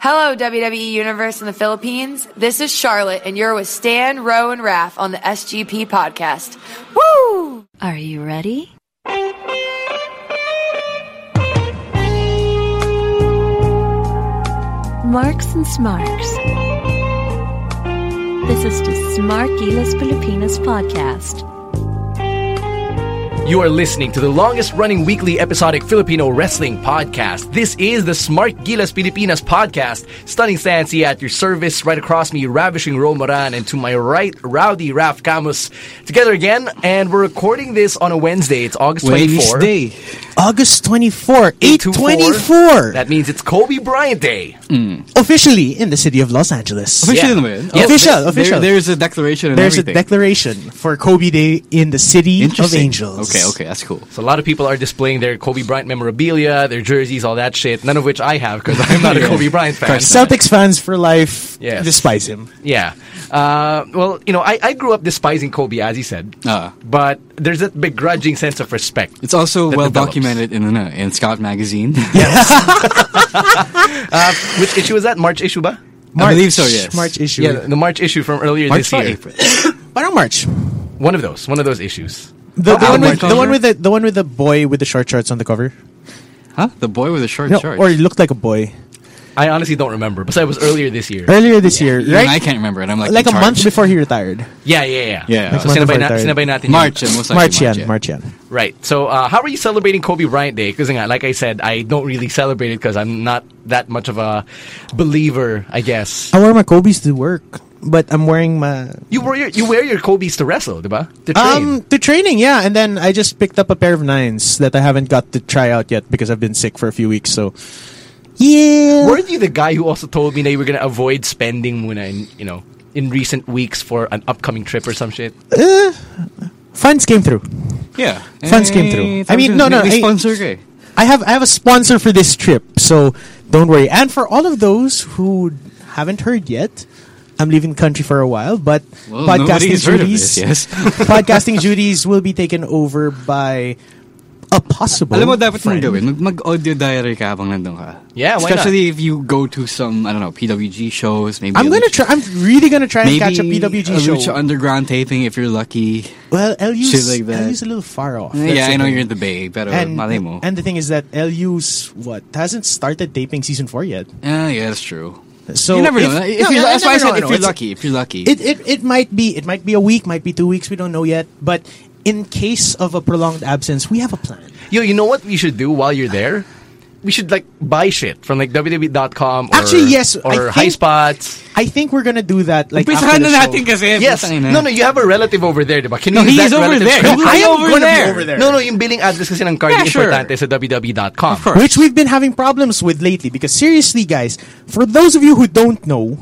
Hello, WWE Universe in the Philippines. This is Charlotte, and you're with Stan, Rowe, and Raph on the SGP podcast. Woo! Are you ready? Marks and Smarks. This is the Smarkilas Filipinas podcast. You are listening to the longest running weekly episodic Filipino wrestling podcast. This is the Smart Gilas Pilipinas podcast. Stunning Stancy at your service. Right across me, ravishing Ro Moran, and to my right, rowdy Raf Camus. Together again, and we're recording this on a Wednesday. It's August 24. Wednesday. August 24, 824. 824. That means it's Kobe Bryant Day. officially in the city of Los Angeles. Official Yeah. na ba yun? Yeah, Official, There- official. there's a declaration and There's a everything. declaration for Kobe Day in the city of Interesting. angels. Okay, okay, that's cool. So a lot of people are displaying their Kobe Bryant memorabilia, their jerseys, all that shit. None of which I have because I'm not a Yeah. Kobe Bryant fan. Course Celtics fans for life Yes. despise him. Yeah. Uh, well, you know, I, I grew up despising Kobe, as he said. Ah. But there's that begrudging sense of respect. It's also that well develops. documented in ano, in Scout magazine. Which issue was that? March issue ba? I believe so. Yes. March issue. Yeah, the March issue from earlier March this year. or April. Parang March. One of those. One of those issues. The, the out one with, of March. the one with the the one with the boy with the short shorts on the cover. Huh? The boy with the short No, shorts. or he looked like a boy. I honestly don't remember. Besides, it was earlier this year. Earlier this year, Even right? I can't remember, and I'm like like a in month charge. before he retired. Yeah, yeah, yeah. Yeah. Like So month sinabay, before na, tayo. sinabay natin yun. March, and most likely March yan, yeah. March yan. Right. So, uh, how are you celebrating Kobe Bryant Day? Because, like I said, I don't really celebrate it because I'm not that much of a believer, I guess. I wear my Kobe's to work, but I'm wearing my You wear your, you wear your Kobe's to wrestle, diba? To train. Um, to training, yeah. And then I just picked up a pair of nines that I haven't got to try out yet because I've been sick for a few weeks. So, yeah. Weren't you the guy who also told me that you were going to avoid spending when I, you know, in recent weeks for an upcoming trip or some shit? Funds came through. Yeah. Funds came through. Eh, I mean, no, no, may eh, sponsor ka eh. I have I have a sponsor for this trip, so don't worry. And for all of those who haven't heard yet, I'm leaving the country for a while, but Well, podcasting nobody's heard of duties, this, yes. podcasting duties will be taken over by a possible. Alam mo, dapat mong friend. gawin. Mag- Mag-audio diary ka habang nandun ka. Yeah, why not? Especially if you go to some, I don't know, PWG shows. Maybe I'm a gonna try. Lucha- I'm really gonna try and Maybe catch a PWG a show. Lucha Underground taping if you're lucky. well, LU's, like that. LU's a little far off. That's yeah, the I know thing. you're in the Bay, pero and, malay mo. and the thing is that LU's what hasn't started taping season four yet. Ah, yeah, that's true. So you never if- know. If No, you're, I- I that's why I never know, I said if know. you're It's- lucky, if you're lucky. It, it it might be it might be a week, might be two weeks. We don't know yet. But in case of a prolonged absence, we have a plan. Yo, you know what we should do while you're there? We should like buy shit from like www.com or, Actually, yes, I or think- high spots. I think we're gonna do that. Like after Umpisahan the na show. natin kasi. Yes. putang ina. No, no, you have a relative over there, diba? Can eh? No, you use he's that over relative- there. No, I I am am over gonna there. be over there. No, no, yung billing address kasi ng card Yeah, is sure. importante sa E www.com. Of course. Which we've been having problems with lately because seriously, guys, for those of you who don't know,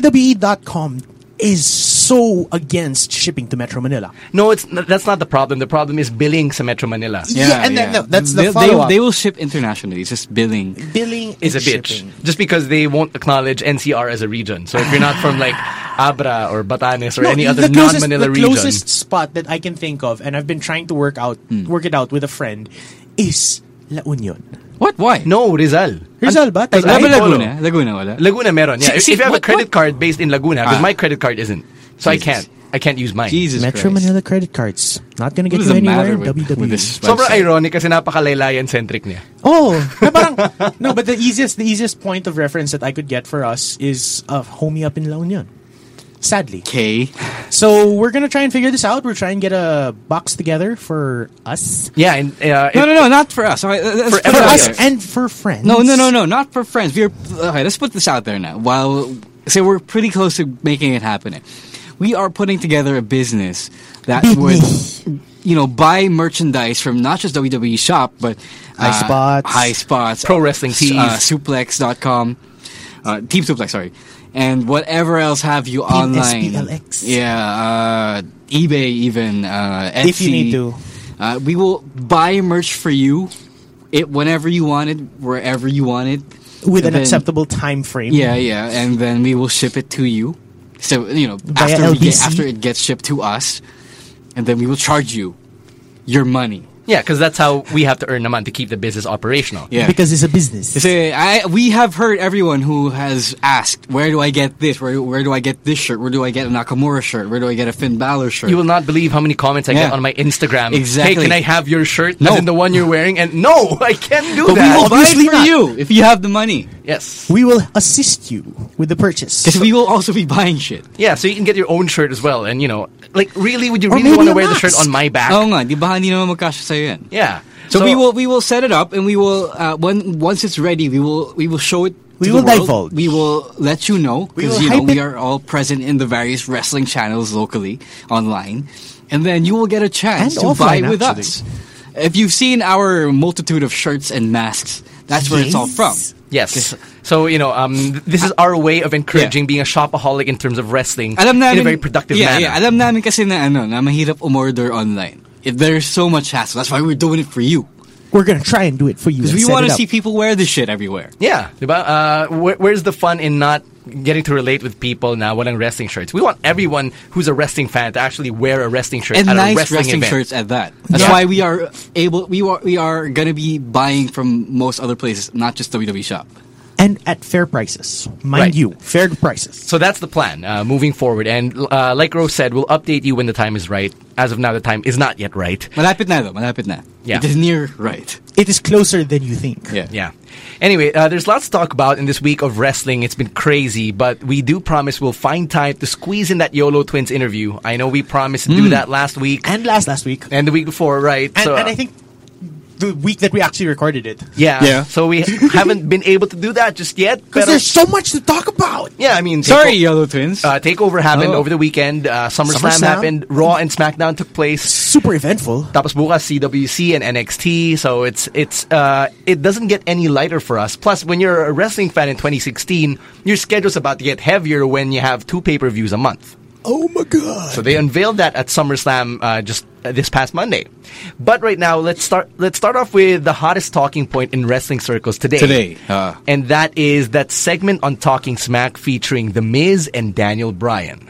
WWE.com is so against shipping to Metro Manila. No, it's n- that's not the problem. The problem is billing sa Metro Manila. Yeah, and then no, that's the They- they, follow-up. they will ship internationally. It's just billing. Billing Is a and bitch shipping. just because they won't acknowledge NCR as a region. So if you're not from like Abra or Batanes or No, any other the closest- non-Manila the region, closest spot that I can think of, and I've been trying to work out, work it out with a friend, is La Union. What? Why? No, Rizal. Rizal ba? Tagay? Laba Ay, Polo. Laguna. Laguna wala. Laguna meron. Yeah. Si- si- if you have a what- credit what? card based in Laguna, because Ah. my credit card isn't. So I Jesus. can't. I can't use mine. Jesus Metro Christ. Manila credit cards not gonna What get is you the anywhere matter in E. with, WWE. with this Sobrang website? ironic kasi napaka-laylayan-centric niya. Oh, na parang, no, but the easiest the easiest point of reference that I could get for us is a homie up in La Union. Sadly, Okay. so we're gonna try and figure this out. We're trying to get a box together for us, Yeah, and uh, No, it- no, no, not for us. Okay, let's For put for it out us there. and for friends. No, no, no, no, not for friends. We're okay. Let's put this out there now. While say we're pretty close to making it happen, we are putting together a business that would, you know, buy merchandise from not just WWE E shop, but uh, High spots. High spots. Pro wrestling s- tees. Uh, suplex.com. Uh, Team Suplex, sorry. And whatever else have you online. SPLX. Yeah, uh, eBay even. Uh, Etsy. If you need to. Uh, we will buy merch for you it whenever you want it, wherever you want it. with And an then- acceptable time frame. Yeah, yeah, and then we will ship it to you. So you know, Via after we get, LBC? after it gets shipped to us, and then we will charge you your money. Yeah, because that's how we have to earn naman to keep the business operational. Yeah, because it's a business. Kasi I, we have heard everyone who has asked, where do I get this? Where, where do I get this shirt? Where do I get a Nakamura shirt? Where do I get a Finn Balor shirt? You will not believe how many comments I get Yeah. on my Instagram. Hey, Exactly. can I have your shirt? No. As in the one you're wearing? And no, I can't do but we that. will buy Obviously it for not. you if you have the money. yes. we will assist you with the purchase. Because we will also be buying shit. Yeah, so you can get your own shirt as well. And, you know, like, really, would you Or really maybe want to a wear the shirt mask. on my back? Oo nga, di ba hindi naman magkasya sa'yo yan? Yeah. Oh, So, we will we will set it up and we will uh, when once it's ready we will we will show it. We to will the divulge. world. We will let you know We will because you know hype we it. are all present in the various wrestling channels locally online, and then you will get a chance And to buy offline, with actually. us. If you've seen our multitude of shirts and masks, that's where it's all from. Yes. Yes. So, you know, um, th- this is our way of encouraging being a shopaholic in terms of wrestling Alam namin, in a very productive yeah, manner. Yeah, alam namin kasi na ano, na mahirap umorder online. If there's so much hassle, that's why we're doing it for you. We're gonna try and do it for you. Because and we set want it to up. see people wear this shit everywhere. Yeah, diba? Uh, where, where's the fun in not getting to relate with people now walang wrestling shirts? We want everyone who's a wrestling fan to actually wear a wrestling shirt and at nice a wrestling, wrestling, event. shirts at that. That's Yeah. why we are able. We are we are gonna be buying from most other places, not just WWE shop. and at fair prices, mind Right. you, fair prices. So that's the plan uh, moving forward. And uh, like Rose said, we'll update you when the time is right. As of now, the time is not yet right. Malapit na though. Malapit na. Yeah. It is near right. It is closer than you think. Yeah. Yeah. Anyway, uh, there's lots to talk about in this week of wrestling. It's been crazy, but we do promise we'll find time to squeeze in that YOLO Twins interview. I know we promised to do that last week And last last week, and and, the week before, right? so, Hmm. uh, and I think the week that we actually recorded it, Yeah. Yeah. So we haven't been able to do that just yet. because pero- there's so much to talk about. yeah, I mean, Takeover- Sorry, Yellow Twins. Uh, Takeover happened Oh. over the weekend. Uh, SummerSlam, SummerSlam. happened. Raw and SmackDown took place. Super eventful. Tapos bukas CWC and NXT. So it's it's uh, it doesn't get any lighter for us. Plus, when you're a wrestling fan in 2016, your schedule's about to get heavier when you have two pay per views a month. Oh my god! So they unveiled that at SummerSlam uh, just uh, this past Monday. But right now, let's start. Let's start off with the hottest talking point in wrestling circles today. Today, uh. and that is that segment on Talking Smack featuring The Miz and Daniel Bryan.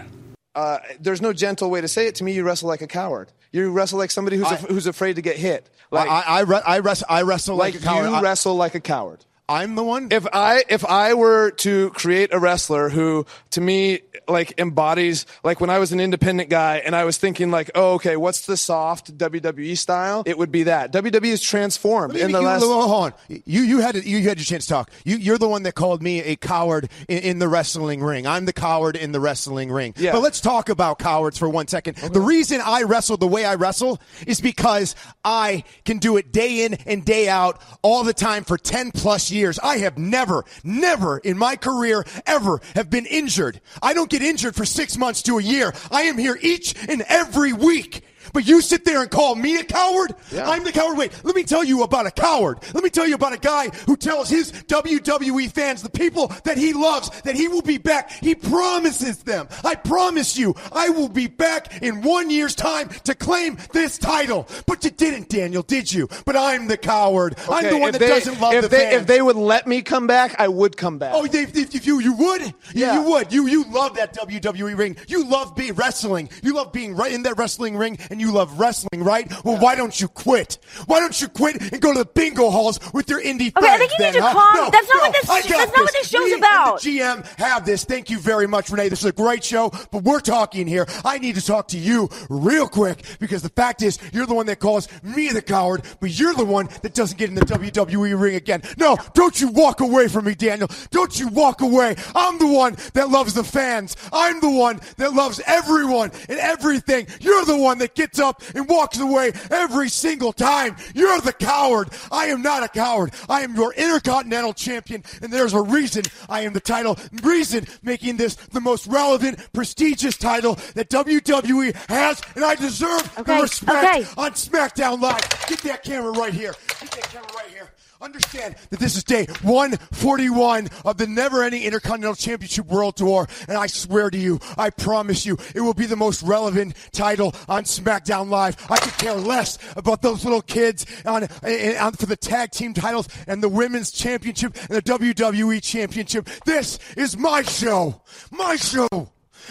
there's no gentle way to say it. To me, you wrestle like a coward. You wrestle like somebody who's, I- af- who's afraid to get hit. Like, Like, I, I, re- I, wrestle, I wrestle like, like a coward. you I, wrestle like a coward. I'm the one. If I if I were to create a wrestler who to me like embodies like when I was an independent guy and I was thinking like oh okay what's the soft WWE style it would be that WWE is transformed Let me in the make you- last hold on. You you had you, you had your chance to talk. You you're the one that called me a coward in, in the wrestling ring. I'm the coward in the wrestling ring. Yeah. But let's talk about cowards for one second. The reason I wrestle the way I wrestle is because I can do it day in and day out all the time for 10 plus years. I have never never in my career ever have been injured. I don't get injured for 6 months to a year. I am here each and every week. But you sit there and call me a coward? I'm the coward. Wait, let me tell you about a coward. Let me tell you about a guy who tells his WWE fans, the people that he loves, that he will be back. He promises them. I promise you, I will be back in one year's time to claim this title. But you didn't, Daniel, did you? But I'm the coward. I'm Okay, the one if that they- doesn't love if the they fans. if they would let me come back I would come back Oh, they, they, if you you would, You- Yeah. you would. You you love that WWE ring. You love being wrestling. You love being right in that wrestling ring, and you love wrestling, right? Well, why don't you quit? Why don't you quit and go to the bingo halls with your indie Okay, friends? I think you need then, to huh? calm- No, that's not no, what this- I got that's not what this show's We and about. the GM have this. Thank you very much, Renee. This is a great show, but we're talking here. I need to talk to you real quick because the fact is, you're the one that calls me the coward, but you're the one that doesn't get in the WWE ring again. No, don't you walk away from me, Daniel. Don't you walk away. I'm the one that loves the fans. I'm the one that loves everyone and everything. You're the one that gets gets up and walks away every single time. You're the coward. I am not a coward. I am your Intercontinental Champion, and there's a reason I am the title. Reason making this the most relevant, prestigious title that WWE has, and I deserve Okay, the respect okay. on SmackDown Live. Get that camera right here. Get that camera right here. Understand that this is day 141 of the never ending Intercontinental Championship World Tour, and I swear to you, I promise you, it will be the most relevant title on SmackDown Live. I could care less about those little kids on, eh, on for the tag team titles and the Women's Championship and the WWE Championship. This is my show. My show.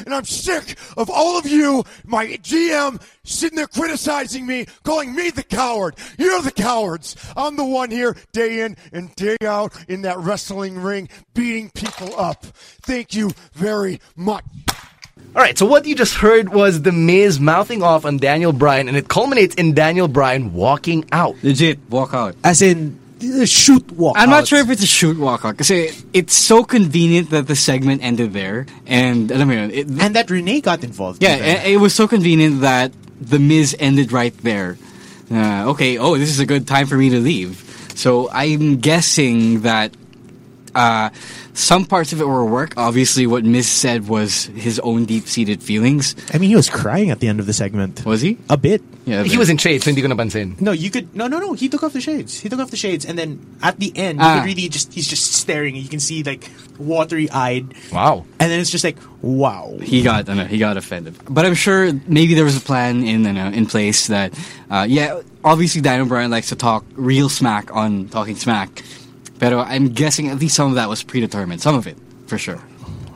And I'm sick of all of you, my GM, sitting there criticizing me, calling me the coward. You're the cowards. I'm the one here day in and day out in that wrestling ring, beating people up. Thank you very much. All right, so what you just heard was The Miz mouthing off on Daniel Bryan, and it culminates in Daniel Bryan walking out. Legit, walk out. As in, uh, shoot walk. I'm not sure if it's a shoot walk out because it's so convenient that the segment ended there, and alam mo yun, it, And that Renee got involved. yeah, with that. it, it was so convenient that the Miz ended right there. Uh, okay, oh, this is a good time for me to leave. So I'm guessing that uh, some parts of it were work. Obviously, what Miz said was his own deep-seated feelings. I mean, he was crying at the end of the segment. Was he? A bit. Yeah, He was in shades, so hindi ko napansin. No, you could. No, no, no. He took off the shades. He took off the shades, and then at the end, you Ah. could really just. He's just staring. You can see like watery eyed, Wow. and then it's just like wow. he got I know, he got offended. But I'm sure maybe there was a plan in I know, in place that uh, yeah, obviously Daniel Bryan likes to talk real smack on talking smack. But I'm guessing at least some of that was predetermined. Some of it, for sure.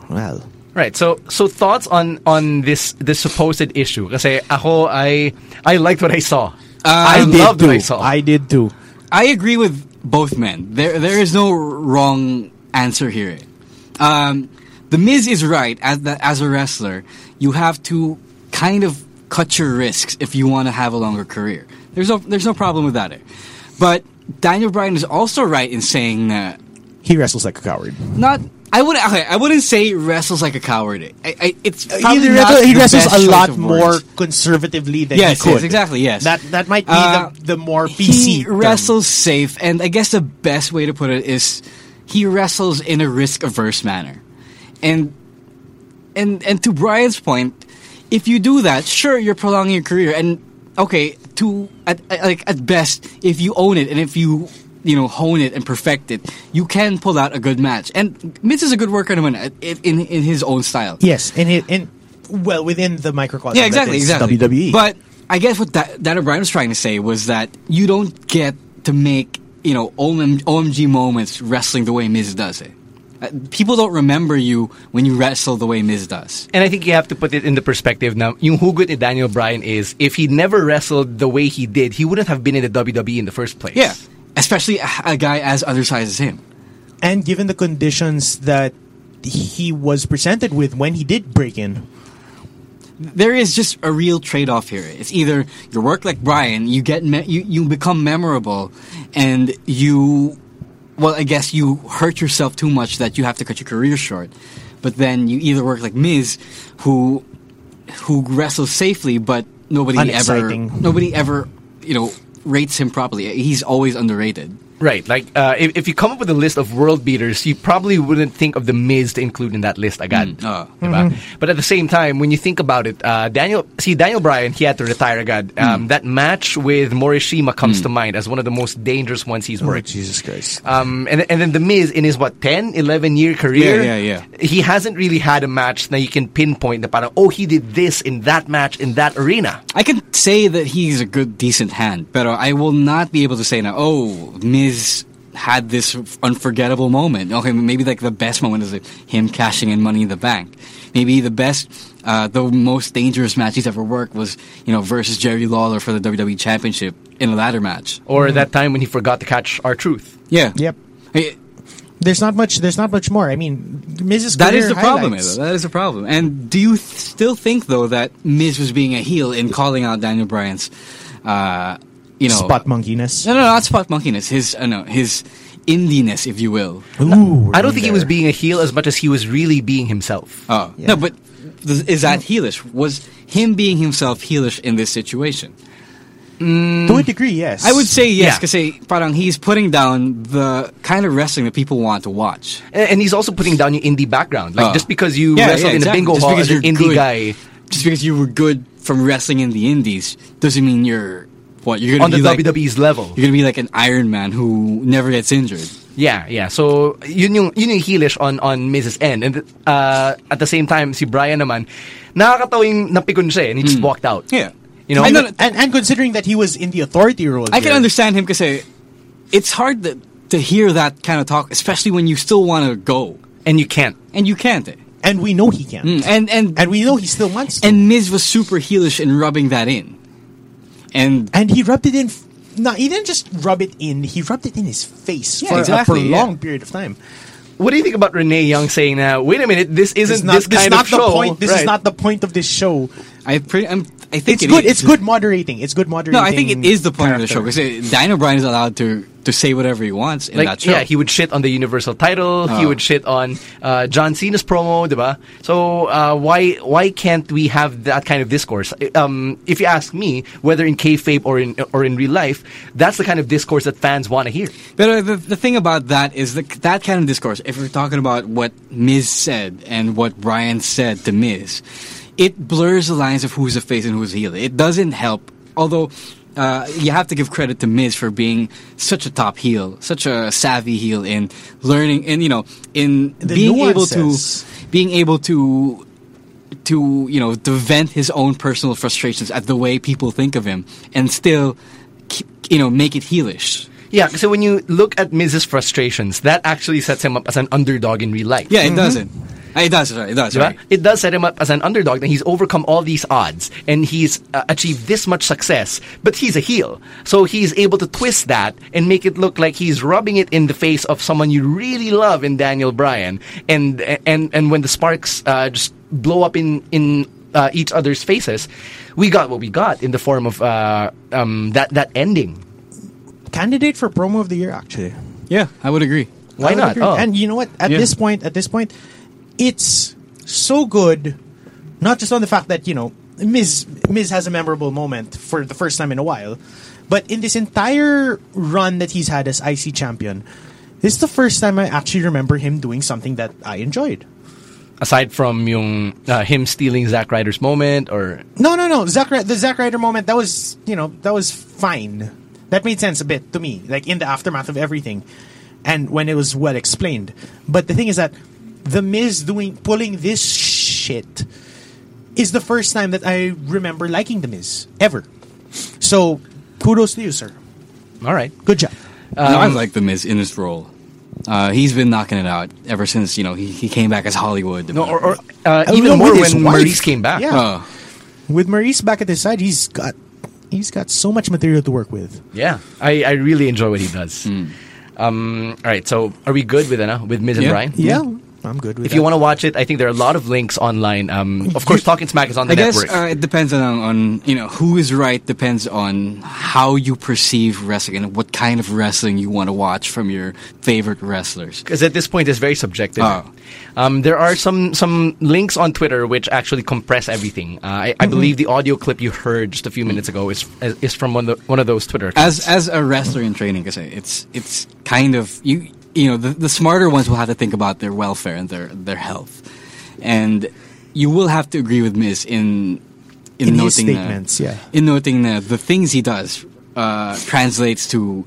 Well, Right. So so thoughts on on this this supposed issue? Kasi ako I I liked what I saw. I loved what I saw. I did Ah, too. I agree with both men. There, there is no wrong answer here. Um, the Miz is right. As the, as a wrestler, you have to kind of cut your risks if you want to have a longer career. There's no, there's no problem with that. eh. But Daniel Bryan is also right in saying that He wrestles like a coward. not. I would okay, I wouldn't say wrestles like a coward. I, I, it's Uh, he, probably wrestle- not he the wrestles best choice a lot of more words. conservatively than Yes, he could. yes, exactly, yes. That that might be Uh, the, the more PC. He term. wrestles safe, and I guess the best way to put it is he wrestles in a risk averse manner. And and and to Brian's point, if you do that, sure you're prolonging your career and okay, to at at- like at best, if you own it and if you you know hone it and perfect it, you can pull out a good match. And Miz is a good worker in in in his own style. Yes, and it and well within the microcosm. Yeah, that exactly, is E. exactly. WWE. But I guess what Da- Dana Bryan was trying to say was that you don't get to make you know OM- OMG moments wrestling the way Miz does it. Uh, people don't remember you when you wrestle the way Miz does. And I think you have to put it in the perspective now. Yung hugot ni Daniel Bryan is if he never wrestled the way he did, he wouldn't have been in the WWE in the first place. Yeah, especially a, a guy as undersized as him. and given the conditions that he was presented with when he did break in, There is just a real trade-off here. It's either you work like Bryan, you get me- you you become memorable, and you well, I guess you hurt yourself too much that you have to cut your career short. But then you either work like Miz, who who wrestles safely, but nobody ever Unexciting. nobody ever you know rates him properly. He's always underrated. Right. Like, uh, if, if you come up with a list of world beaters, you probably wouldn't think of the Miz to include in that list agad. ah. Diba? But at the same time, when you think about it, uh, Daniel, see, Daniel Bryan, he had to retire agad. Mm. Um, That match with Morishima comes to mind as one of the most dangerous ones he's worked. Jesus Christ. Uh, Um, and, and then The Miz, in his, what, 10, 11 year career? Yeah, yeah, yeah. He hasn't really had a match that you can pinpoint the parang, oh, he did this in that match in that arena. I can say that he's a good, decent hand, but I will not be able to say now, oh, Miz had this unforgettable moment. Okay, maybe like the best moment is like, him cashing in Money in the Bank. Maybe the best, uh, the most dangerous match he's ever worked was, you know, versus Jerry Lawler for the WWE Championship in a ladder match. Or that time when he forgot to catch our truth. Yeah. Yep. Hey, There's not much. There's not much more. I mean, Mrs. that is the problem, though. That is the problem. And do you th- still think, though, that Miz was being a heel in calling out Daniel Bryan's, uh, you know, Spot monkeyness. No, no, not spot monkeyness. His, uh, no, his indiness, if you will. Ooh, I don't think he was being. being a heel as much as he was really being himself. Oh, Yeah. no, but th- is that heelish? Was him being himself heelish in this situation? to a degree, yes. I would say yes, Yeah. because parang he's putting down the kind of wrestling that people want to watch. And, and he's also putting down your indie background. Like Uh, just because you yeah, wrestled yeah, in exactly. a bingo Just hall because as an you're indie good- guy Just because you were good from wrestling in the indies doesn't mean you're what you're gonna on the be like, WWE's level. You're gonna be like an Iron Man who never gets injured. Yeah, yeah. So yun yung yun yung heelish on on Mrs. N and uh, at the same time si Brian naman nakakatawing napikon siya eh, and he just walked out. Hmm. Yeah. You know? I know- and, and, and considering that he was in the authority role, I can here, understand him because it's hard to, to hear that kind of talk, especially when you still want to go and you can't. and you can't. eh? and we know he can, Mm, And and and we know he still wants to. and Miz was super heelish in rubbing that in, and and he rubbed it in. f- No, he didn't just rub it in. He rubbed it in his face Yeah, for a exactly, yeah. prolonged period of time. What do you think about Renee Young saying now? Wait a minute, this isn't It's not, this kind not of the show. point. This Right. is not the point of this show. I pretty I'm, I think It's it good. is. It's good moderating. It's good moderating. No, I think it is the point of the character. show because Dino Bryan is allowed to to say whatever he wants in Like that show. yeah, he would shit on the Universal title. He Oh. would shit on uh, John Cena's promo, diba? So uh, why why can't we have that kind of discourse? Um, if you ask me, whether in kayfabe or in or in real life, that's the kind of discourse that fans want to hear. But uh, the, the thing about that is the, that kind of discourse, if we're talking about what Miz said and what Brian said to Miz, it blurs the lines of who's a face and who's a heel. It doesn't help. Although uh, you have to give credit to Miz for being such a top heel, such a savvy heel in learning and, you know, in The being nuances. able to being able to to you know to vent his own personal frustrations at the way people think of him and still k- you know make it heelish Yeah, so when you look at Miz's frustrations, that actually sets him up as an underdog in real life. Yeah, it doesn't. Uh, It does. Sorry, it does. Diba? Right. Mm-hmm. It does set him up as an underdog, and he's overcome all these odds, and he's uh, achieved this much success. But he's a heel, so he's able to twist that and make it look like he's rubbing it in the face of someone you really love in Daniel Bryan. And and and when the sparks uh, just blow up in in uh, each other's faces, we got what we got in the form of uh, um, that that ending. Candidate for promo of the year, actually. Yeah, I would agree. Why I would not? agree. Oh. And you know what? At Yeah. this point, at this point, it's so good. Not just on the fact that you know Miz Miz has a memorable moment for the first time in a while, but in this entire run that he's had as IC champion, this is the first time I actually remember him doing something that I enjoyed. aside from yung uh, him stealing Zack Ryder's moment or No, no, no. Zack, Ry- the Zack Ryder moment that was you know that was fine. That made sense a bit to me, like in the aftermath of everything, and when it was well explained. But the thing is that the Miz doing pulling this shit is the first time that I remember liking the Miz ever. So kudos to you, sir. all right Good job. no, Um, I like the Miz in his role. Uh, he's been knocking it out ever since you know he, he came back as Hollywood. no or, or uh, Oh, even no, more with his when wife. Maurice came back Yeah. Uh, With Maurice back at his side, he's got he's got so much material to work with. yeah I, I really enjoy what he does Hmm. um, all right so are we good with Anna with Miz and Yeah. Brian Yeah, I'm good with. if you that. want to watch it I think there are a lot of links online um, of course Talking Smack is on the I guess network uh, it depends on on you know who is right. Depends on how you perceive wrestling and what kind of wrestling you want to watch from your favorite wrestlers. because at this point it's very subjective. Ah. Um, there are some some links on Twitter which actually compress everything. Uh, I, I believe the audio clip you heard just a few minutes ago is is from one of, the, one of those Twitter. accounts. As as a wrestler in training, because it's it's kind of you you know the, the smarter ones will have to think about their welfare and their their health, and you will have to agree with Miz in in, In his noting na- statements, yeah. in noting that the things he does uh, translates to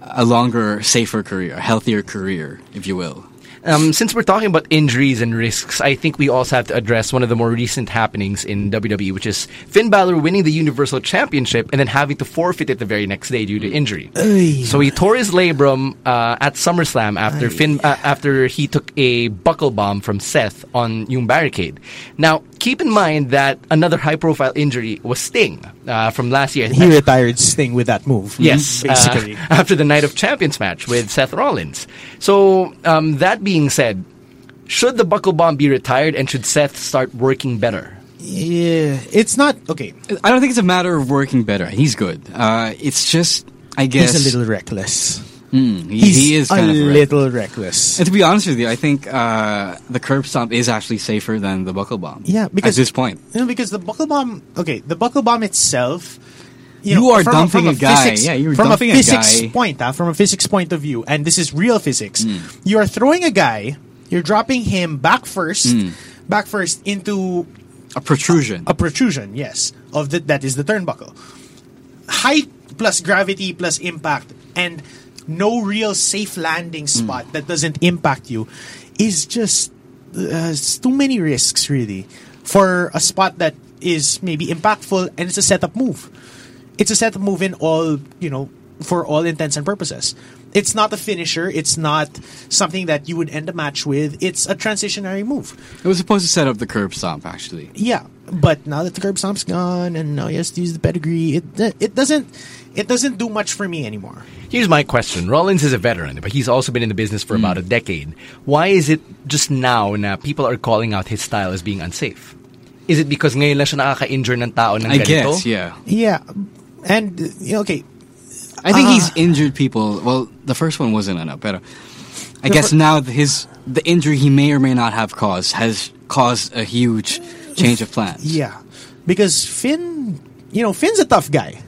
a longer, safer career, a healthier career, if you will. Um, since we're talking about injuries and risks, I think we also have to address one of the more recent happenings in WWE, which is Finn Balor winning the Universal Championship and then having to forfeit it the very next day due to injury. So he tore his labrum uh, at SummerSlam after Finn uh, after he took a buckle bomb from Seth on yung barricade. Now keep in mind that another high profile injury was Sting uh, from last year. he retired Sting with that move. Yes, Mm-hmm. basically. uh, after the Night of Champions match with Seth Rollins. So um, that being said, should the buckle bomb be retired and should Seth start working better? Yeah, it's not okay. I don't think it's a matter of working better. He's good. Uh, it's just I guess He's a little reckless. He, He's he is kind a of a wreck. little reckless. And to be honest with you, I think uh, the curb stomp is actually safer than the buckle bomb. Yeah, because at this point, you know, because the buckle bomb. Okay, the buckle bomb itself. You, You know, are from, dumping from a guy. Physics, Yeah, you're from dumping a a physics guy. Hmm. point. ah, from a physics point of view, and this is real physics. You are throwing a guy. You're dropping him back first, Hmm. back first into a protrusion. a protrusion. Yes, of the, that is the turnbuckle. Height plus gravity plus impact, and no real safe landing spot that doesn't impact you is just uh, it's too many risks really for a spot that is maybe impactful and it's a setup move. It's a setup move in all you know for all intents and purposes. It's not a finisher. It's not something that you would end a match with. It's a transitionary move. it was supposed to set up the curb stomp actually. Yeah, but now that the curb stomp's gone and now he has to use the pedigree, it it doesn't it doesn't do much for me anymore. Here's my question. Rollins is a veteran, but he's also been in the business for Hmm. about a decade. Why is it just now na people are calling out his style as being unsafe? Is it because ngayon lang siya nakaka-injure ng tao ng I ganito? guess, yeah. Yeah, and uh, you know, okay, I think he's Ah. injured people. Well, the first one wasn't enough, but uh, I guess now th- his the injury he may or may not have caused has caused a huge change of plans. yeah, because Finn, you know, Finn's a tough guy.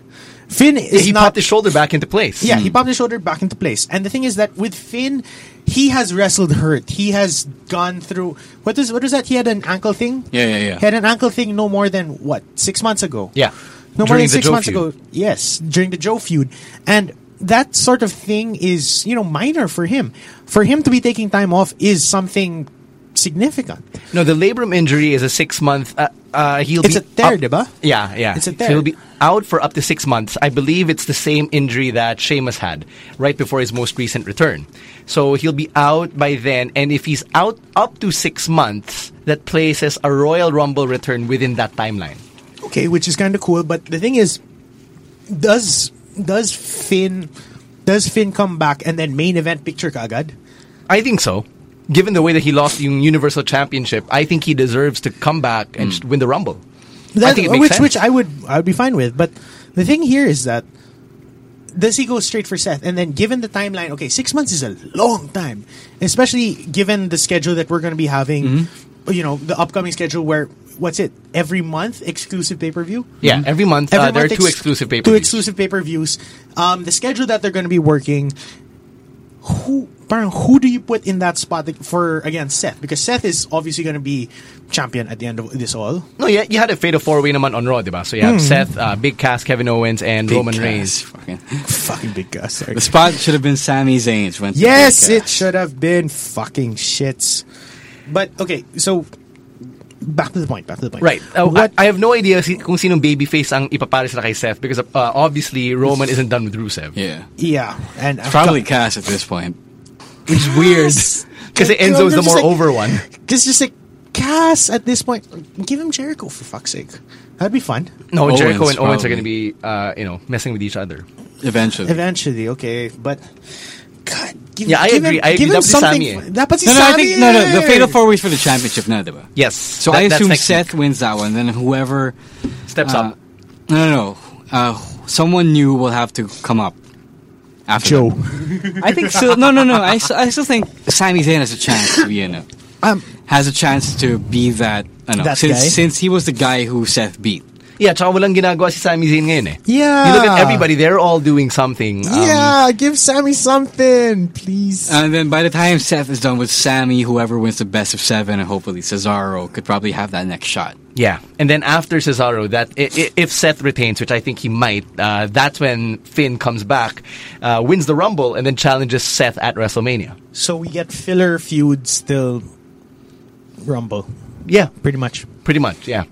Finn Yeah, is he not popped his shoulder back into place. Yeah, he popped his shoulder back into place. And the thing is that with Finn, he has wrestled hurt. He has gone through what is what is that? He had an ankle thing. Yeah, yeah, yeah. He had an ankle thing no more than what six months ago. Yeah. no more During than the six Joe months feud. ago. Yes, during the Joe feud, and that sort of thing is you know minor for him. For him to be taking time off is something significant. No, the labrum injury is a six month. Uh, uh, he'll be It's a tear, up- diba? Yeah, yeah. It's a So tear. He'll be out for up to six months. I believe it's the same injury that Sheamus had right before his most recent return. So he'll be out by then, and if he's out up to six months, that places a Royal Rumble return within that timeline. Okay, which is kind of cool. But the thing is, does does Finn does Finn come back and then main event picture kagad? I think so. Given the way that he lost the Universal Championship, I think he deserves to come back and just win the Rumble. I That- think it makes which sense. which I would I would be fine with. But the thing here is that does he go straight for Seth? And then given the timeline, okay, six months is a long time, especially given the schedule that we're going to be having. Mm-hmm. You know, the upcoming schedule where what's it every month exclusive pay per view. yeah, every month uh, there are two exclusive pay pay Two exclusive pay-per-views. Um, the schedule that they're going to be working. Who, parang who do you put in that spot for against Seth? Because Seth is obviously going to be champion at the end of this all. No, yeah, you had a fatal four way naman on Raw, diba? So you have Seth, uh, Big Cass, Kevin Owens, and Big Roman Cass, Reigns. fucking- Fucking big guy. Sorry. The spot should have been Sami Zayn's. Went to Yes, Big it Cass. should have been fucking shits. But okay, so back to the point. Back to the point. Right. Uh, what? I, I have no idea si- kung sinong babyface ang ipapares na kay Seth because uh, obviously Roman isn't done with Rusev. Yeah, yeah, and I've probably got- Cass at this point. Which is weird. Because Dude, Enzo is the I'm just more like- over one. This is just like Cass at this point. Give him Jericho for fuck's sake. That'd be fun. No, Owens, Jericho and Owens are probably. going to be, uh, you know, messing with each other. Eventually, Eventually, okay, but God, give, Yeah, I give agree. Him, I agree. give him Dapat si Sammy eh. something. Dapat si No, no, I Sammy think no, no. The eh. fatal four ways for the championship, no, diba? Yes. So That- I that's assume next Seth wins that one. Then whoever Steps uh, up. No, no, no. Uh, someone new will have to come up. After Joe. that. I think still. No, no, no. I, s- I still think Sami Zayn has a chance to be in it. Um, Has a chance to be that. I don't know, That since guy? since he was the guy who Seth beat. Yeah, tsaka walang ginagawa si Sami Zayn ngayon eh. Yeah. You look at everybody, they're all doing something. um, yeah, give Sammy something, please. And then by the time Seth is done with Sammy, whoever wins the best of seven, and hopefully Cesaro could probably have that next shot. Yeah, and then after Cesaro, that i- i- if Seth retains, which I think he might, uh, that's when Finn comes back, uh, wins the Rumble, and then challenges Seth at WrestleMania. so we get filler feuds till Rumble, Yeah, pretty much. pretty much. Yeah,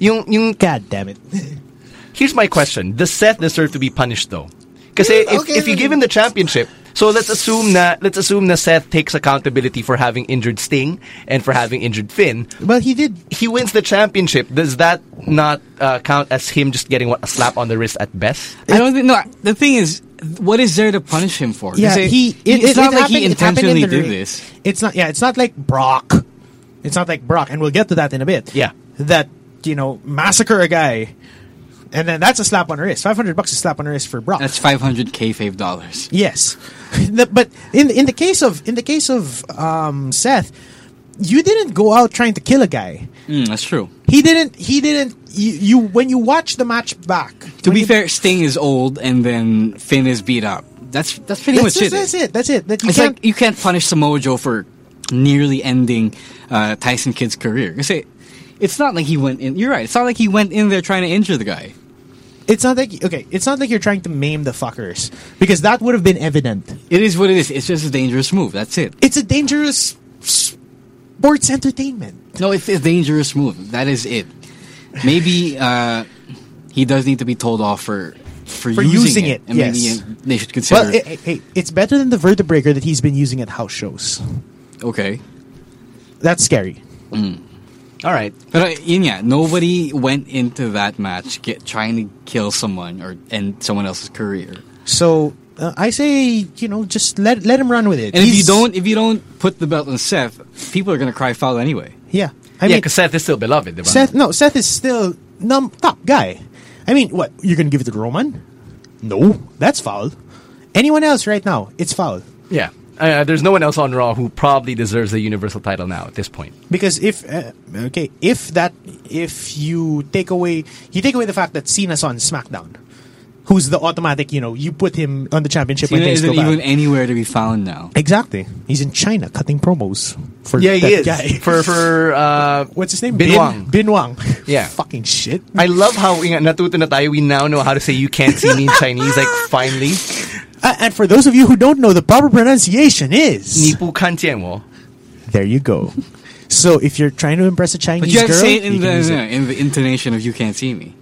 yung yung God damn it. here's my question: Does Seth deserve to be punished though? Because if, okay, if you then- give him the championship, so let's assume that let's assume that Seth takes accountability for having injured Sting and for having injured Finn. But he did. He wins the championship. Does that not uh, count as him just getting what, a slap on the wrist at best? I don't think. No, the thing is, what is there to punish him for? 'Cause Yeah, it- he. It, it's it- not it like happened, he it happened in intentionally the did ring. this. It's not. Yeah, it's not like Brock. It's not like Brock, and we'll get to that in a bit. Yeah. that you know massacre a guy and then that's a slap on the wrist. Five hundred bucks a slap on the wrist for Brock. That's 500 kayfabe dollars. Yes, The- but in in the case of in the case of um, Seth, you didn't go out trying to kill a guy. Mm, that's true. He didn't. He didn't. You, you when you watch the match back. To when be you- fair, Sting is old, and then Finn is beat up. That's that's pretty that's, much that's, that's it. That's it. That you it's can't. like you can't punish Samoa Joe for nearly ending uh, Tyson Kidd's career. You say it's not like he went in. You're right. It's not like he went in there trying to injure the guy. it's not like okay. It's not like you're trying to maim the fuckers because that would have been evident. It is what it is. It's just a dangerous move. That's it. It's a dangerous sports entertainment. No, it's a dangerous move. That is it. Maybe uh, he does need to be told off for for, For using it, and yes. maybe uh, they should consider. Well, it, hey, it's better than the vertebraker that he's been using at house shows. okay. That's scary. All right. But uh, yun yeah, nobody went into that match get, trying to kill someone or end someone else's career. So uh, I say, you know, just let let him run with it. And if you He's- don't, if you don't put the belt on Seth, people are gonna cry foul anyway. yeah, I I yeah, mean, because Seth is still beloved. diba? Seth. No, Seth is still num top guy. I mean, what you're gonna give it to Roman? No, that's foul. Anyone else right now? It's foul Yeah. Uh, there's no one else on Raw who probably deserves the Universal title now at this point. because if uh, okay, if that if you take away you take away the fact that Cena's on SmackDown, who's the automatic, you know, you put him on the championship Cena when things isn't go bad. even anywhere to be found now. Exactly. He's in China cutting promos for Yeah, he that is. guy. For for uh, What's his name? Bin Bin Wang. Bin Wang. Yeah. Fucking shit. I love how we, natuto na tayo, we now know how to say you can't see me in Chinese. Like finally, Uh, and for those of you who don't know, the proper pronunciation is. 你不看见我. There you go. So if you're trying to impress a Chinese But you have to girl, say it in you can use the it. no, in the intonation of "You can't see me."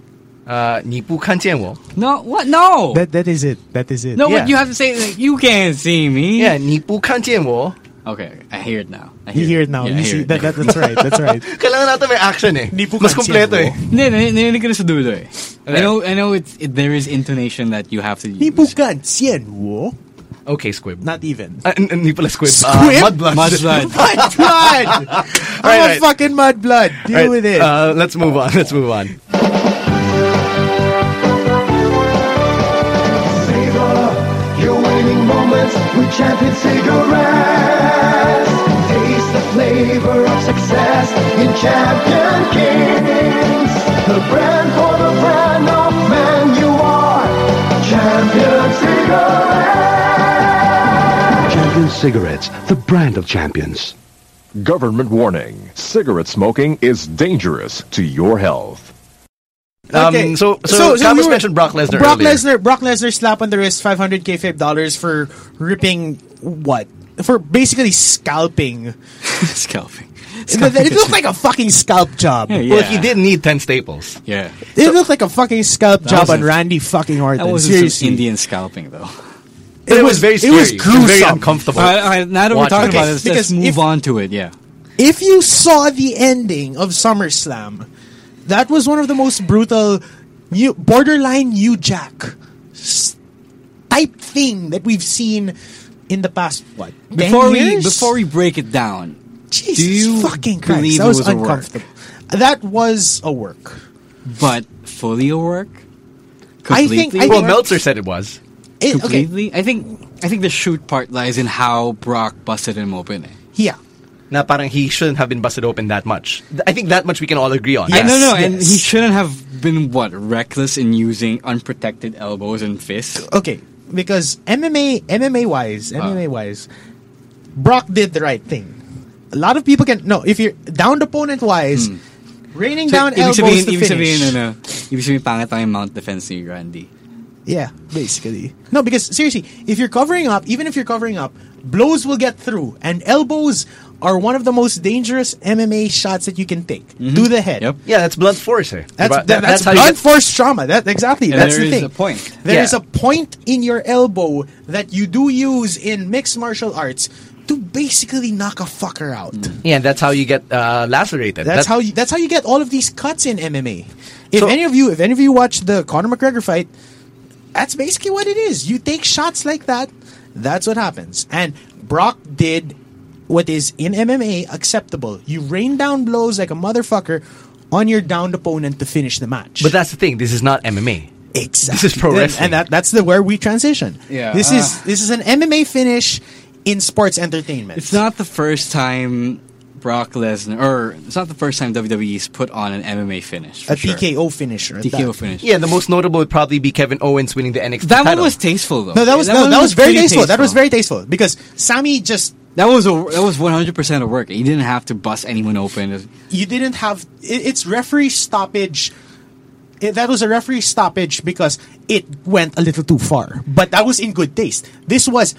Uh, 你不看见我. No, what? No, That that is it. That is it. no. yeah. But you have to say it like, "You can't see me." Yeah, 你不看见我. Okay, I hear it now. I You hear it now. Yeah, you I hear see it that, now. that, that's right. That's right. Kailangan natin may action eh. Ni po Mas kansiyan kompleto mo. eh. Hindi, nai- narinig ko na sa dulo eh. I Okay. know, I know. It's, it, there is intonation that you have to use. Ni bukan xian wo. eh. Okay, Squib. Not even. Uh, n- n- ni pala Squib. Uh, Squib? Mudblood. Mudblood. Mud blood. I'm a right. fucking mudblood. Deal Alright, with it. Uh, let's move on. Let's move on. Your waning moments with champion cigarettes. Taste the flavor of success in champion kings. The brand for the brand of man you are. Champion cigarettes. Champion cigarettes, the brand of champions. Government warning. Cigarette smoking is dangerous to your health. Um, Okay. So, so, Tapos were- mentioned Brock Lesnar Brock earlier. Lesnar. Brock Lesnar slap on the wrist, five hundred kayfabe dollars for ripping what? For basically scalping. Scalping. it looked like a fucking scalp job. Yeah, yeah. Well, he didn't need 10 staples. Yeah. It looked like a fucking scalp job on wasn't- Randy fucking Orton. That wasn't Seriously, some Indian scalping though. But it, was, very It was scary. very gruesome. uncomfortable. All right, all right, now that we're Watch talking it. about Okay, it, let's because move if- on to it. Yeah. If you saw the ending of SummerSlam, that was one of the most brutal, new, borderline New Jack s- type thing that we've seen in the past. What? 10 Before we years? before we break it down, Jesus Do you fucking Christ. believe That it was, was a work? uncomfortable. That was a work. but fully a work. I think- Completely? I well, think- Meltzer said it was. It- okay. completely. I think I think the shoot part lies in how Brock busted him open. eh? Yeah. Na parang he shouldn't have been busted open that much. Th- I think that much we can all agree on. I Yes, no no, and yes. he shouldn't have been what reckless in using unprotected elbows and fists. Okay. Because MMA MMA wise, Ah. MMA wise, Brock did the right thing. A lot of people can no, if you're downed opponent wise, raining Hmm. So, down ibig elbows sabihin, to ibig finish. sabihin, ano, ibig sabihin pangit lang yung mount defense ni Randy. Yeah, basically. No, because seriously, if you're covering up, even if you're covering up, blows will get through, and elbows are one of the most dangerous MMA shots that you can take Mm-hmm. to the head. Yep. Yeah, that's blunt force. Eh. Diba? That's, that, That- that's, how you blunt get- force trauma. That exactly. And that's there the is thing. a point. There is Yeah. a point in your elbow that you do use in mixed martial arts to basically knock a fucker out. Yeah, that's how you get uh, lacerated. That's Mm. That- how you. That's how you get all of these cuts in MMA. If So- any of you, if any of you watch the Conor McGregor fight, that's basically what it is. You take shots like that. That's what happens. And Brock did what is in MMA acceptable. You rain down blows like a motherfucker on your downed opponent to finish the match. But that's the thing. This is not MMA. Exactly. This is pro And- wrestling. and that, that's the where we transition. Yeah, this is uh. this is an MMA finish in sports entertainment. It's not the first time Brock Lesnar, or it's not the first time WWE's put on an MMA finish. for a sure. TKO finisher. at TKO that. finish. Yeah, the most notable would probably be Kevin Owens winning the NXT That one title. was tasteful though. No, that was no, that was very pretty tasteful. That was very tasteful because Sammy just That was a, that was one hundred percent of work. You didn't have to bust anyone open. you didn't have it, it's referee stoppage. It, that was a referee stoppage because it went a little too far, but that was in good taste. This was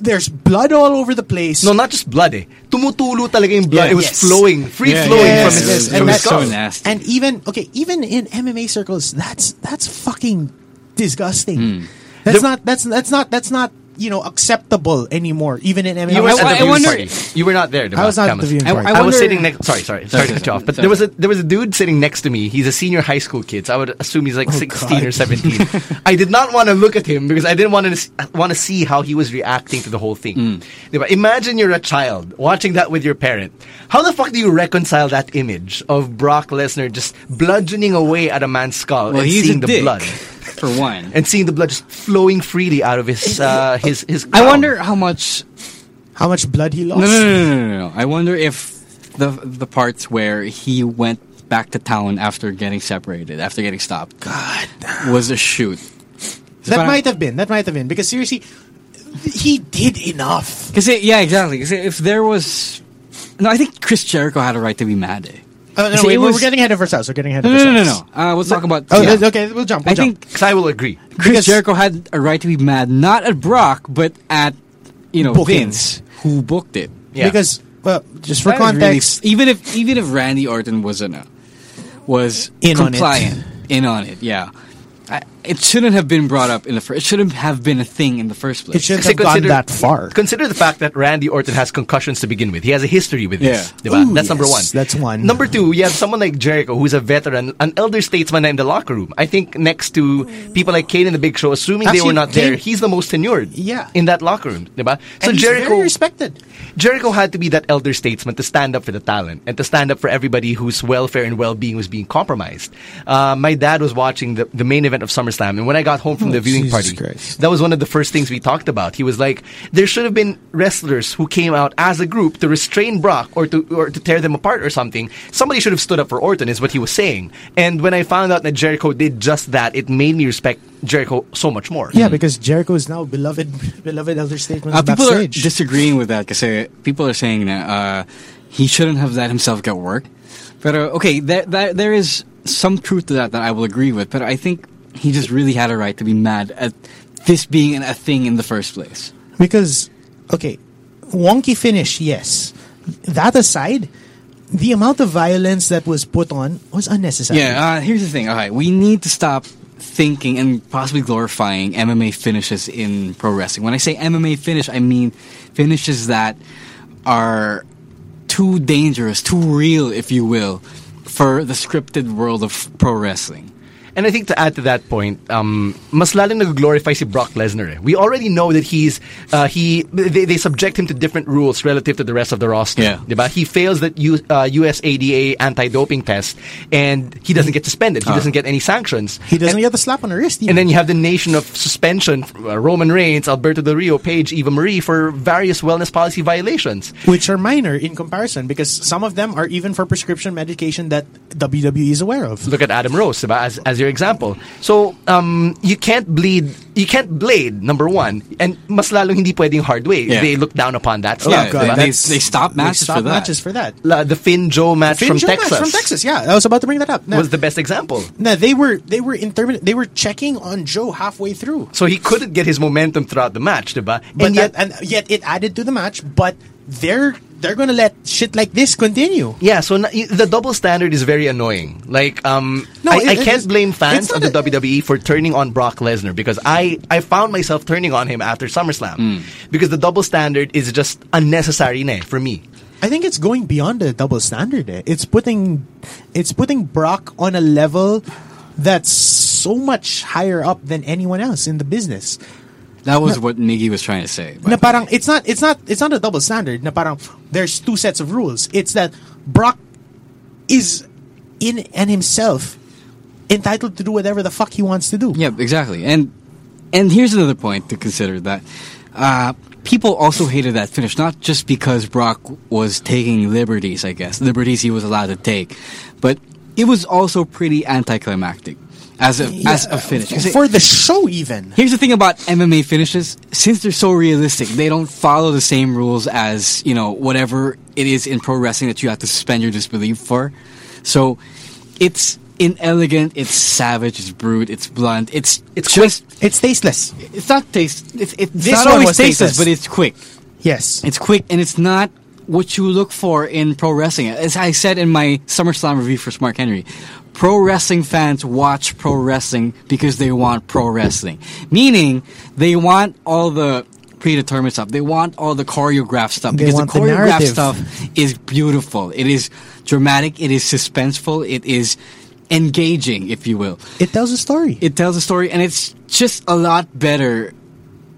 there's blood all over the place. No, not just blood eh. Tumutulo talaga yung blood. Yeah. it was Yes. flowing, free Yeah, flowing yeah, from yeah, his, it was- from it his was so skull. nasty. And even okay, even in MMA circles, that's that's fucking disgusting. Hmm. That's not that's that's not that's not you know acceptable anymore. Even in MMA, You were I- at the I viewing wonder- party. You were not there. diba, I was not at the Camus? viewing I- party. I I, was wonder- sitting next. Sorry, sorry, sorry to okay, cut you off. But sorry. there was a there was a dude sitting next to me. He's a senior high school kid. So I would assume he's Oh, like sixteen or seventeen. I did not want to look at him because I didn't want to want to see how he was reacting to the whole thing. Mm. Diba? Imagine you're a child watching that with your parent. How the fuck do you reconcile that image of Brock Lesnar just bludgeoning away at a man's skull Well, and he's seeing a the dick blood for one. and seeing the blood just flowing freely out of his uh, his his? I crown. wonder how much How much blood he lost? No, no, no, no, no, no. I wonder if the the parts where he went back to town after getting separated, after getting stopped, God, was a shoot. That might have been. That might have been because seriously, he did enough. because yeah, exactly. 'Cause if there was, no, I think Chris Jericho had a right to be mad. Eh? Uh, no, See, wait, it we're- was- we're getting ahead of ourselves. We're getting ahead of No, no, ourselves. no, no. no. Uh, let's talk about. Oh, yeah. that's- okay. We'll jump. We'll I jump. think 'Cause I will agree. Chris Because- Jericho had a right to be mad, not at Brock, but at you know Booking. Vince, who booked it. Yeah. because well, just for That is really context, f- even if even if Randy Orton was in a, was In on it. compliant, in on it, yeah, I, it shouldn't have been brought up in the first. It shouldn't have been a thing in the first place. it shouldn't Kasi have gone consider- that far. Consider the fact that Randy Orton has concussions to begin with. He has a history with this. Yeah. diba? Ooh, that's number one. yes, that's one. Number two, you have someone like Jericho, who's a veteran, an elder statesman in the locker room. I think next to people like Kane and the Big Show, assuming they Actually, were not there, Kane- he's the most tenured Yeah. in that locker room. diba? So and he's Jericho very respected. Jericho had to be that elder statesman to stand up for the talent and to stand up for everybody whose welfare and well-being was being compromised. Uh, my dad was watching the, the main event of SummerSlam, and when I got home from the viewing Oh, Jesus party, Christ. that was one of the first things we talked about. He was like, "There should have been wrestlers who came out as a group to restrain Brock or to or to tear them apart or something. Somebody should have stood up for Orton," is what he was saying. And when I found out that Jericho did just that, it made me respect Jericho so much more. Yeah, because Jericho is now beloved, beloved elder statesman Hmm. Uh, people are backstage. disagreeing with that because people are saying that uh, he shouldn't have let himself get work. But uh, okay, there, there, there is some truth to that that I will agree with. But I think he just really had a right to be mad at this being a thing in the first place. because okay, wonky finish, yes. That aside, the amount of violence that was put on was unnecessary. Yeah, uh, here's the thing. All right, we need to stop thinking and possibly glorifying MMA finishes in pro wrestling. When I say MMA finish, I mean finishes that are too dangerous, too real, if you will, for the scripted world of pro wrestling. And I think to add to that point, um, mas lalo nag-glorify si Brock Lesnar. eh. We already know that he's uh, he they, they subject him to different rules relative to the rest of the roster. Yeah. Diba? He fails that U, uh, USADA anti-doping test, and he doesn't get suspended. He doesn't get any sanctions. Ah. he doesn't And- get the slap on the wrist. Even. and then you have the nation of suspension: uh, Roman Reigns, Alberto Del Rio, Paige, Eva Marie for various wellness policy violations. which are minor in comparison because some of them are even for prescription medication that WWE is aware of. look at Adam Rose diba, as, as your example. So, um, you can't bleed, you can't blade, number one, and mas lalong hindi pwedeng hard way. Yeah. They look down upon that Oh, Yeah, stuff. God, diba? they- that's- they stop matches stop for that. matches for that. La- the Finn Joe match, Finn from, Joe match Texas from Texas, yeah. I was about to bring that up. No, was the best example. no they were they were intermittent. They were checking on Joe halfway through, So he couldn't get his momentum throughout the match, diba? but and yet, and yet it added to the match. But they're they're gonna let shit like this continue. yeah, so na- y- the double standard is very annoying. Like, um, No, I, it- I it can't is- blame it's fans not of the a- WWE for turning on Brock Lesnar because I, I found myself turning on him after SummerSlam Hmm. because the double standard is just unnecessary ne, for me. I think it's going beyond the double standard. eh. It's putting it's putting Brock on a level that's so much higher up than anyone else in the business. That was what Miggy was trying to say. but- na parang it's not it's not it's not a double standard na parang there's two sets of rules it's that Brock is in and himself entitled to do whatever the fuck he wants to do. Yeah, exactly. And and here's another point to consider that uh, people also hated that finish, not just because Brock was taking liberties, I guess, liberties he was allowed to take, but it was also pretty anticlimactic as a as a finish. 'Cause it- For the show, even. Here's the thing about MMA finishes: since they're so realistic, they don't follow the same rules as you know whatever it is in pro wrestling that you have to suspend your disbelief for. So it's inelegant, it's savage, it's brute, it's blunt, it's It's just It's tasteless. it's not taste. It's, it's This not one always was tasteless, tasteless. but it's quick. Yes. It's quick, and it's not what you look for in pro wrestling. As I said in my SummerSlam review for Smart Henry, pro wrestling fans watch pro wrestling because they want pro wrestling. Meaning, they want all the predetermined stuff. They want all the choreographed stuff They because the want the choreographed narrative. stuff is beautiful. It is dramatic. It is suspenseful. It is engaging, if you will It tells a story. it tells a story and it's just a lot better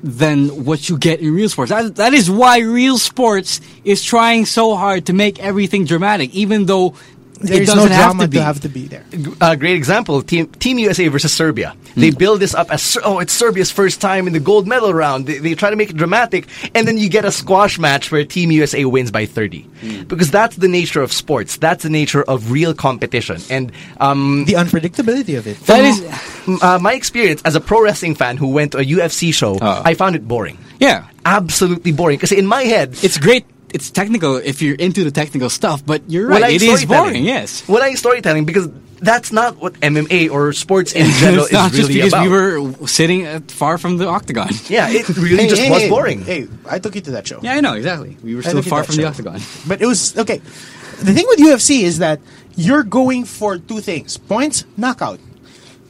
than what you get in real sports. That, that is why real sports is trying so hard to make everything dramatic, even though it There's doesn't no have drama to be. have to be there. Mm. a great example team, team usa versus serbia Hmm. they build this up as Ser- oh it's serbia's first time in the gold medal round they, they try to make it dramatic and then you get a squash match where team usa wins by 30 Hmm. because that's the nature of sports that's the nature of real competition and um, The unpredictability of it. that is, m- uh, my experience as a pro wrestling fan who went to a ufc show Ah. i found it boring yeah, absolutely boring because in my head it's great. It's technical if you're into the technical stuff, but you're What right. It is boring. Yes. What I storytelling because that's not what MMA or sports in general it's not is just really because about. we were sitting uh, far from the octagon. yeah, it really just was boring. Hey, I took you to that show. Yeah, I know exactly. We were I still look at far that from the show. octagon. But it was okay. The thing with UFC is that you're going for two things: points, knockout,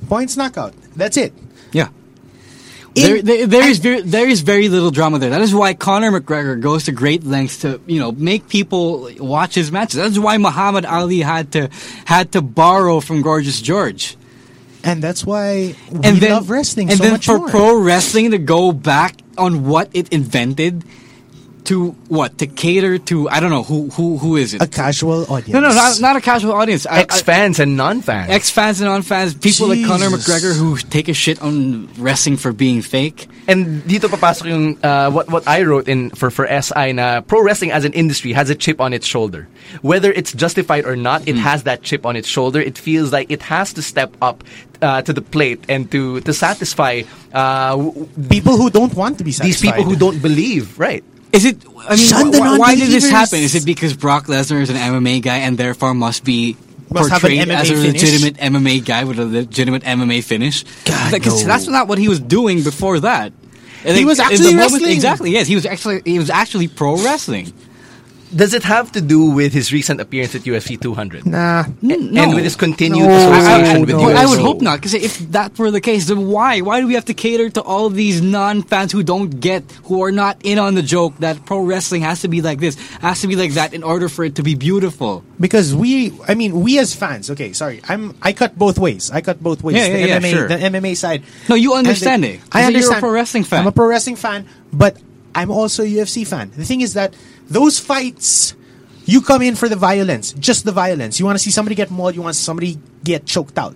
points, knockout. That's it. Yeah. In- There, there, there is very, there is very little drama there. That is why Conor McGregor goes to great lengths to you know make people watch his matches. That's why Muhammad Ali had to had to borrow from Gorgeous George. And that's why we And then love wrestling And so then much for more. pro wrestling to go back on what it invented to what to cater to I don't know who who who is it? a casual audience. no, no, not, not a casual audience. I- Ex I- fans and non fans. Ex fans and non fans, people like Conor Jesus. McGregor who take a shit on wrestling for being fake. and dito papasok yung uh, what what I wrote in for for SI na pro wrestling as an industry has a chip on its shoulder. Whether it's justified or not, it has that chip on its shoulder. It feels like it has to step up uh, to the plate and to to satisfy uh, w- w- people who don't want to be satisfied. these people who don't believe. Right. Is it? I mean, Shun the wh- wh- why did this non-believers. happen? Is it because Brock Lesnar is an MMA guy and therefore must be Must have an portrayed MMA as a finish? legitimate MMA guy with a legitimate MMA finish? God, Like, 'cause no. that's not what he was doing before that. And He was like, in the actually moment- wrestling. exactly. Yes, he was actually he was actually pro wrestling. Does it have to do with his recent appearance at UFC 200? Nah. No. And with his continued No, association with no. UFC. Well, I would So- hope not, because if that were the case, then why? Why do we have to cater to all these non-fans who don't get, who are not in on the joke that pro wrestling has to be like this, has to be like that, in order for it to be beautiful? Because we, I mean, we as fans. Okay, sorry, I'm. I cut both ways. I cut both ways. Yeah, yeah, the yeah, MMA, sure. the MMA side. No, you And understand the- it. I You're a understand. pro wrestling fan. I'm a pro wrestling fan, but I'm also a UFC fan. The thing is that those fights, you come in for the violence, just the violence. You want to see somebody get mauled. You want somebody get choked out.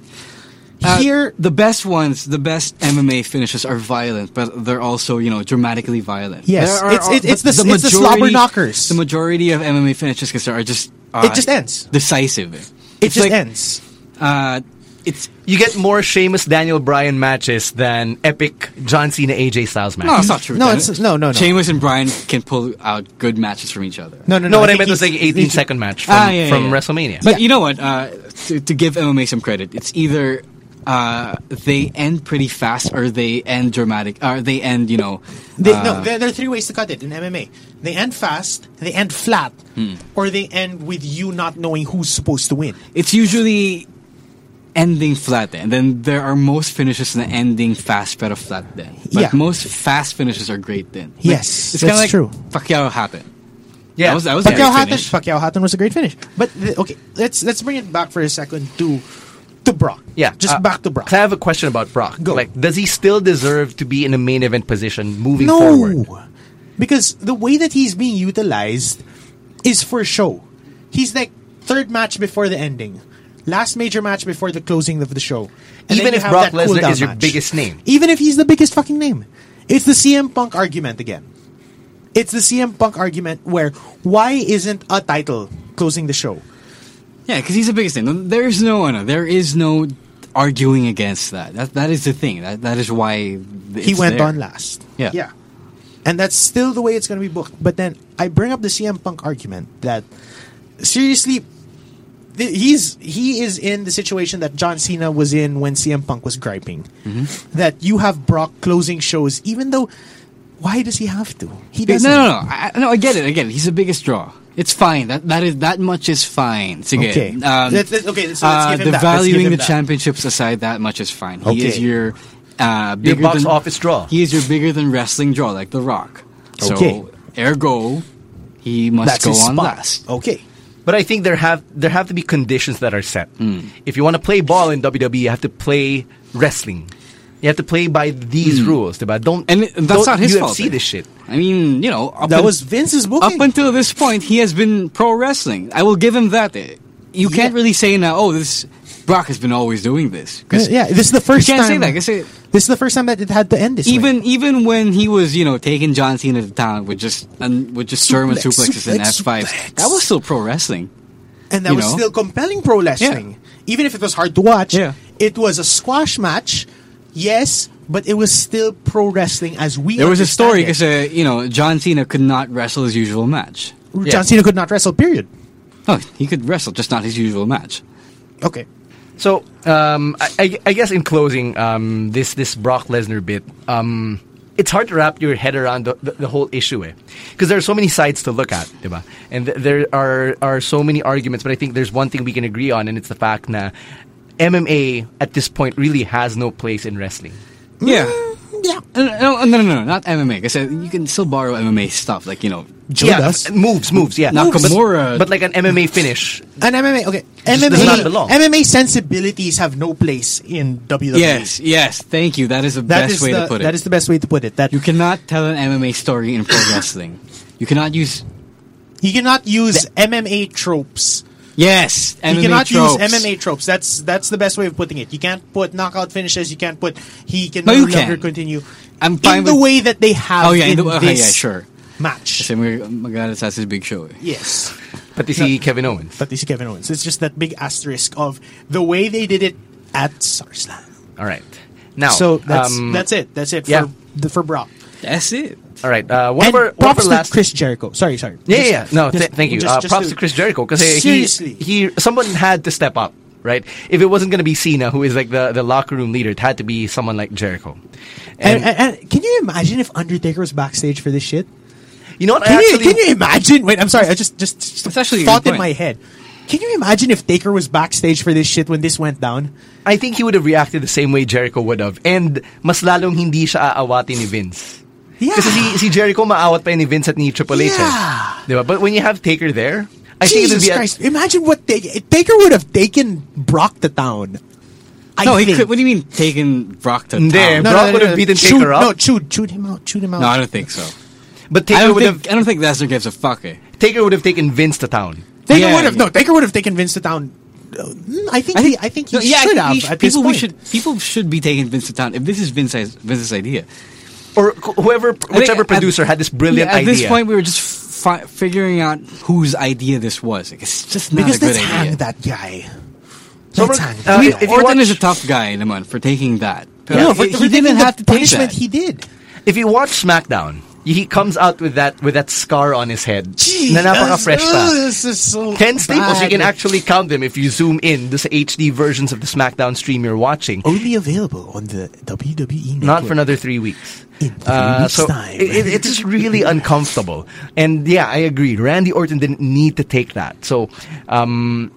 Uh, Here, the best ones, the best MMA finishes are violent, but they're also you know dramatically violent. Yes. There It's- it's- but it's the- it's the slobber knockers. The majority of MMA finishes 'cause there are just uh, It just ends. decisive. it It's just like, ends. Uh, it's You get more Seamus Daniel Bryan matches than epic John Cena AJ Styles matches. no, it's not true. No, Dan. it's- no, no, no. Seamus and Brian can pull out good matches from each other. No, no, no. No, what I think meant was he- like 18 he- second match from, Ah, yeah, yeah, from yeah. WrestleMania. But you know what? Uh, to, to give MMA some credit, it's either uh, they end pretty fast or they end dramatic, or they end you know. They, Ah. uh, no, there, there are three ways to cut it in MMA. They end fast, they end flat, Hmm. or they end with you not knowing who's supposed to win. it's usually ending flat then. Then there are most finishes that ending fast but a flat then. But Yeah. most fast finishes are great then. Like, Yes, it's kinda that's like true. Pacquiao happened. yeah, That was that was a Pacquiao great Hatton, finish. Pacquiao Hatton was a great finish. But the, okay, let's let's bring it back for a second to to Brock. yeah. just uh, back to Brock. I have a question about Brock. Go. Like, does he still deserve to be in a main event position moving no, forward? because the way that he's being utilized is for show. He's like third match before the ending. Last major match before the closing of the show. And then Even you if have Brock that cool Lesnar down is your match. biggest name. Even if he's the biggest fucking name. It's the CM Punk argument again. It's the CM Punk argument where why isn't a title closing the show? Yeah, because he's the biggest thing. There is no one. There is no arguing against that. That that is the thing. That that is why it's he went there. on last. Yeah. Yeah. And that's still the way it's going to be booked. But then I bring up the CM Punk argument that seriously th- he's he is in the situation that John Cena was in when CM Punk was griping. Mm-hmm. That you have Brock closing shows even though why does he have to? He No, doesn't. no, no. I, I- no, I get it. I get it. He's the biggest draw. It's fine. That that is that much is fine. Sige. Okay. Um, Let's- let's- okay, so let's uh, give him the that. Let's valuing give him the that. championships aside, that much is fine. He is Okay. your uh, bigger box than, office draw. He is your bigger than wrestling draw, like The Rock. So, Okay. ergo, he must That's go his on spot. Oh. last. Okay. But I think there have there have to be conditions that are set. Mm. If you want to play ball in WWE, you have to play wrestling. You have to play by these rules, diba? Don't Mm. And it- that's don't not his UFC fault. eh? this shit. I mean, you know, up That un- was Vince's booking. Up until this point, he has been pro wrestling. I will give him that. eh. You can't Yeah. really say now, oh, this Brock has been always doing this. 'Cause yeah, this is the first you can't time. say that. You can say- This is the first time that it had to end this way. even even when he was you know taking John Cena to town with just and with just German Suplex, suplexes and F suplex, fives, suplex. that was still pro wrestling. and that you was know? still compelling pro wrestling. Even if it was hard to watch, Yeah. it was a squash match, yes, but it was still pro wrestling as we. There was a understand it. story because uh, you know John Cena could not wrestle his usual match. Yeah. John Cena could not wrestle. Period. Oh, he could wrestle, just not his usual match. Okay, So um, I, I, I guess in closing, um, this this Brock Lesnar bit, um, it's hard to wrap your head around the, the, the whole issue, eh? Because there are so many sides to look at, diba? And th- there are are so many arguments. But I think there's one thing we can agree on, and it's the fact that MMA at this point really has no place in wrestling. Mm, Yeah. Yeah. No, no, no, no, not MMA. Because uh, you can still borrow MMA stuff, like you know, Joe yeah, does. m- moves, moves, yeah. Moves. But- Nakamura- But, like an MMA finish, And MMA, okay, does MMA, not belong. MMA sensibilities have no place in WWE. Yes, yes. Thank you. That is the E. That best is way the, to put it. That is the best way to put it. That you cannot tell an MMA story in pro wrestling. You cannot use you cannot use MMA tropes. yes. MMA you cannot tropes. use MMA tropes. That's that's the best way of putting it. You can't put knockout finishes. You can't put he can No, no, you longer can. continue. I'm fine in the with- way that they have. Oh yeah, in in the, okay, this yeah, sure. match. Kasi mag- magagatas his big show. eh. Yes, but they see Kevin Owens. but this is Kevin Owens. It's just that big asterisk of the way they did it at SummerSlam. All right. Now, so that's um, that's it. That's it for yeah. the, for Brock. That's it. All right. Uh, one and of our, one of props our last to Chris Jericho. Sorry, sorry. Yeah, Just- yeah. yeah. No, th- just- thank you. just- uh, just props to, Chris Jericho because he, Seriously. he, someone had to step up, right? If it wasn't going to be Cena, who is like the, the locker room leader, it had to be someone like Jericho. And, And, and, and can you imagine if Undertaker was backstage for this shit? you know what? Can I you, actually, can you imagine? Wait, I'm sorry. I just just, just That's actually a thought good in point. my head. Can you imagine if Taker was backstage for this shit when this went down? I think he would have reacted the same way Jericho would have, and mas lalong hindi siya aawati ni Vince. Yeah. Kasi si, si Jericho maawat pa ni Vince at ni Triple H. eh. Yeah. Diba? But when you have Taker there, I think it would Jesus be a- Christ! imagine what they, Taker would have taken Brock to town. I no, he think. could, what do you mean taking Brock to There, town? Brock would have beaten chewed, Taker up. No, chewed, chewed him out, chewed him out. No, I don't think so. but I Taker don't would think, have I don't think Lesnar gives a fuck. Eh. Taker would have taken Vince to town. Taker Yeah, would have no. yeah. Taker would have taken Vince to town. Mm, I think. he, I think he No, yeah, I should think have he should- at this people, point. We should, people should be taking Vince to town. If this is Vince's, Vince's idea, Or wh- whoever, I think whichever at- producer had this brilliant yeah, at idea. this point, we were just fi- figuring out whose idea this was. Like, it's just not because a good let's idea. hang that guy. So we're- Let's hang uh, that guy. if you Orton watch- is a tough guy, naman, for taking that. no, he, for- he for taking didn't the have to take punishment that. He did. If you watch SmackDown, he comes out with that with that scar on his head. Jeez, na napaka-fresh that's- pa. oh, this is so Ten staples. You bad. can actually count them if you zoom in. This HD versions of the SmackDown stream you're watching. only available on the WWE. Network. Not for another three weeks. Uh, In three weeks' so time. it- it- it's just really uncomfortable. And yeah, I agree. Randy Orton didn't need to take that. So, um,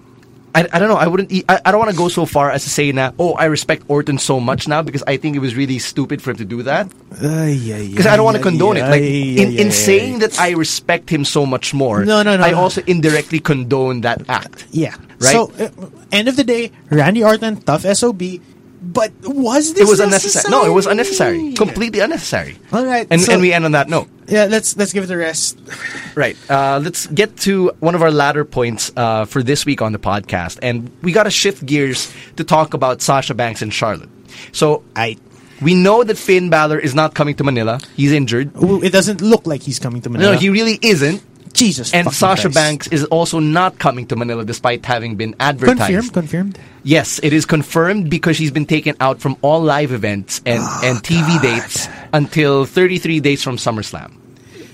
I, I don't know. I wouldn't. e- I, I don't want to go so far as to say now. Oh, I respect Orton so much now because I think it was really stupid for him to do that. Because because I don't want to condone it. Like in, in saying that I respect him so much more, No, no, no, I no. also indirectly condone that act. Yeah. Right? So, uh, end of the day, Randy Orton, tough SOB. But was this it was necessary? unnecessary. No, it was unnecessary. Completely unnecessary. All right, and so- and we end on that note. Yeah, let's let's give it a rest. Right. Uh, let's get to one of our latter points uh, for this week on the podcast, and we got to shift gears to talk about Sasha Banks and Charlotte. So I. We know that Finn Balor is not coming to Manila. He's injured. Ooh, it doesn't look like he's coming to Manila. No, he really isn't. Jesus. And fucking Sasha Christ. Banks is also not coming to Manila despite having been advertised. Confirmed. Confirmed. Yes, it is confirmed because she's been taken out from all live events and, and TV dates until 33 days from SummerSlam.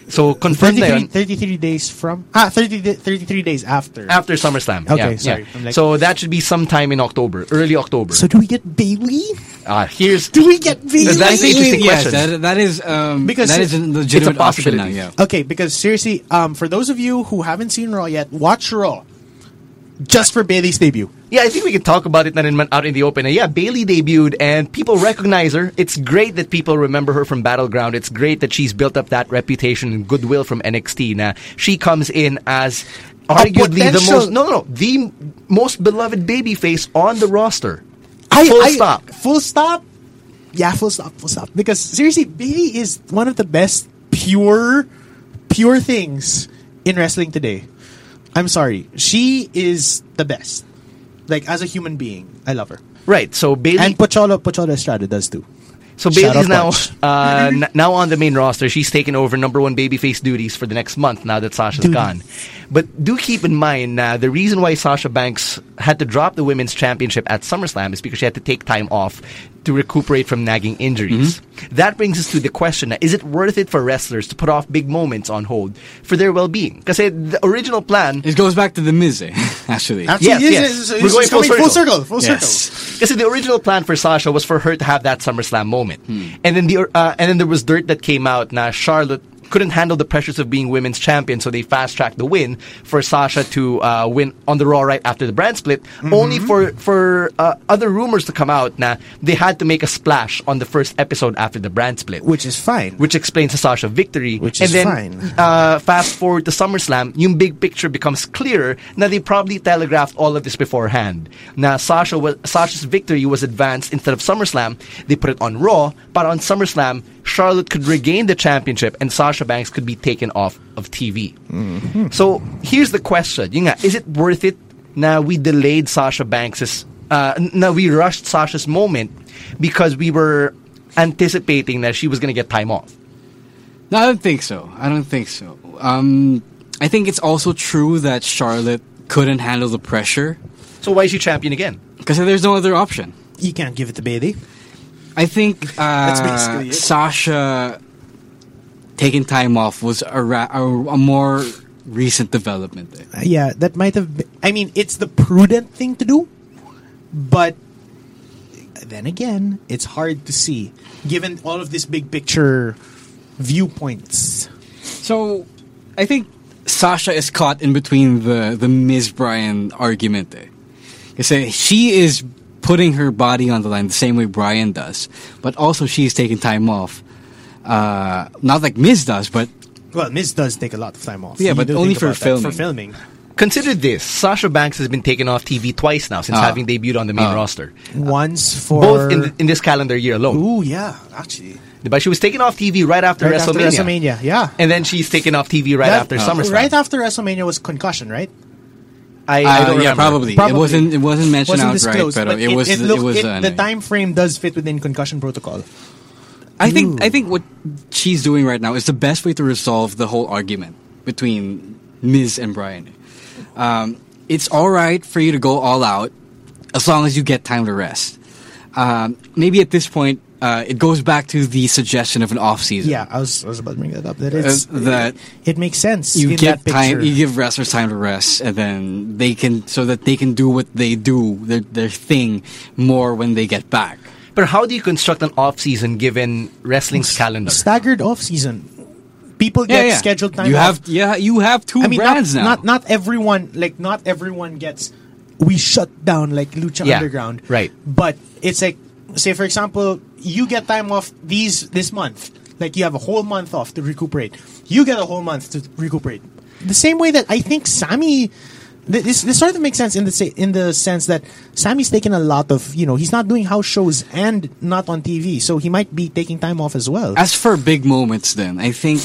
So confirmed na 33, yun 33 days from ah 30, da- 33 days after. after SummerSlam. Okay, yeah, sorry. yeah. I'm like- so that should be sometime in October, early October. So do we get Bailey? Ah, here's Do we get Bailey? That's an interesting yes, question. that, that is um, Because because that it- is a it's a legitimate option now. possibility. Yeah. Okay, because seriously, um, for those of you who haven't seen Raw yet, watch Raw just for Bailey's debut. Yeah, I think we can talk about it then in, out in the open. And yeah, Bailey debuted and people recognize her. It's great that people remember her from Battleground. It's great that she's built up that reputation and goodwill from NXT. Now she comes in as arguably the potential- most no no no, the most beloved babyface on the roster. I, Full I- stop. Full stop. Yeah, full stop. Full stop. Because seriously, Bailey is one of the best pure, pure things in wrestling today. I'm sorry, she is the best. Like as a human being, I love her. Right. So Bailey And Pocholo, Pocholo Estrada does too. So Shout Bailey's out now Punch. uh, n- now on the main roster. She's taken over number one babyface duties for the next month now that Sasha's gone. But do keep in mind uh, the reason why Sasha Banks had to drop the women's championship at SummerSlam is because she had to take time off to recuperate from nagging injuries. Mm-hmm. That brings us to the question: uh, Is it worth it for wrestlers to put off big moments on hold for their well-being? Because the original plan It goes back to the Miz, eh, actually. Yes, yes. We're We're going going full coming full circle. circle. Full Yes. circle. Because the original plan for Sasha was for her to have that SummerSlam moment, and then the uh, and then there was dirt that came out. Now Charlotte couldn't handle the pressures of being women's champion, so they fast tracked the win for Sasha to uh, win on the Raw right after the brand split. Only for for uh, other rumors to come out. Now they had to make a splash on the first episode after the brand split, Which is fine. which explains the Sasha victory. Which and is then, fine. Uh, fast forward to SummerSlam, yung big picture becomes clearer. Now they probably telegraphed all of this beforehand. Now Sasha was, Sasha's victory was advanced instead of SummerSlam. They put it on Raw, but on SummerSlam, Charlotte could regain the championship and Sasha Banks could be taken off of TV. Mm-hmm. So here's the question: Yun nga, Is it worth it? Now we delayed Sasha Banks's. Uh, now we rushed Sasha's moment because we were anticipating that she was going to get time off. No, I don't think so. I don't think so. Um, I think it's also true that Charlotte couldn't handle the pressure So why is she champion again? because there's no other option. You can't give it to Bailey. I think basically uh, it. Sasha taking time off was a, ra- a, a more recent development. There. Uh, yeah, that might have. Been, I mean, it's the prudent thing to do, but then again, it's hard to see given all of this big picture viewpoints. So, I think Sasha is caught in between the the Ms. Bryan argument. Eh? Kasi she is putting her body on the line the same way Bryan does, but also she's taking time off. Uh, not like Miz does, but Well, Miz does take a lot of time off. Yeah, You but do only think for about that, For filming. filming, Consider this: Sasha Banks has been taken off TV twice now since Ah. having debuted on the main roster, once for both in, in this calendar year alone. Ooh, yeah, actually. But she was taken off TV right after, Right after WrestleMania. WrestleMania, yeah. and then she's taken off TV right That- after SummerSlam. Right after WrestleMania was concussion, right? I, Uh, I don't yeah, remember. probably. It wasn't. It wasn't mentioned Wasn't outright, disclosed, but but it, was. It, looked- was. it- uh, the ano. time frame does fit within concussion protocol. I think. I think what she's doing right now is the best way to resolve the whole argument between Miz and Brian. Um, it's all right for you to go all out as long as you get time to rest. Um, maybe at this point, uh, it goes back to the suggestion of an off season. Yeah, I was, I was about to bring that up. That it's, Uh, that it makes sense. you in give that time picture. you give wrestlers time to rest and then they can so that they can do what they do their, their thing more when they get back But how do you construct an off season given wrestling's calendar? staggered off season. People get scheduled time. you off. have yeah you have two I mean, not, brands now not not everyone like not everyone gets. We shut down like Lucha Yeah, Underground, right. But it's like, say for example, you get time off these this month. Like you have a whole month off to recuperate. You get a whole month to recuperate. The same way that I think Sammy. th- This, this sort of makes sense in the sa- in the sense that Sammy's taking a lot of you know he's not doing house shows and not on TV so he might be taking time off as well. as for big moments then i think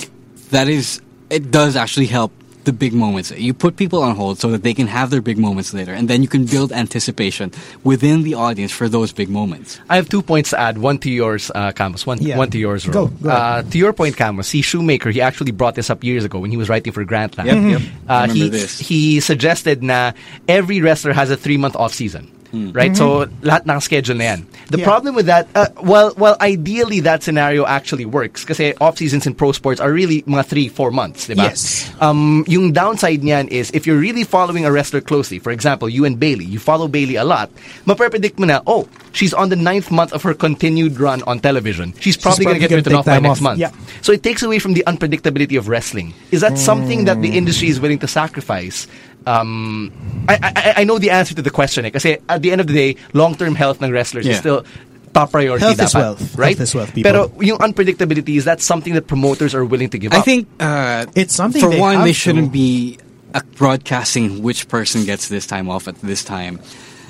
that is it does actually help the big moments. You put people on hold so that they can have their big moments later, and then you can build anticipation within the audience for those big moments. I have two points to add. One to yours, uh, Camus. One, Yeah. one to yours, Ro. Go, go Uh, to your point, Camus. See, Shoemaker, he actually brought this up years ago when he was writing for Grantland. Yep, Mhm. yep. I Mm-hmm. Uh, remember he, this. he suggested na every wrestler has a three-month off-season. Hmm. Right? So, lahat ng schedule na yan. The problem with that, uh, well, well, ideally that scenario actually works kasi off-seasons in pro sports are really mga three, four months, di ba? Yes. Um, yung downside niyan is if you're really following a wrestler closely, for example, you and Bailey, you follow Bailey a lot, maprepredict mo na, oh, she's on the ninth month of her continued run on television. She's probably, probably gonna going to get written take off by time off. next month. Yeah. So it takes away from the unpredictability of wrestling. Is that something that the industry is willing to sacrifice? Um, I, I, I know the answer to the question eh, kasi at the end of the day, long-term health ng wrestlers is Yeah. still top priority Health is dapat, wealth. right? Health is wealth, people. Pero yung unpredictability, is that something that promoters are willing to give I up? think uh, it's something for they one have they to- shouldn't be uh, broadcasting which person gets this time off at this time.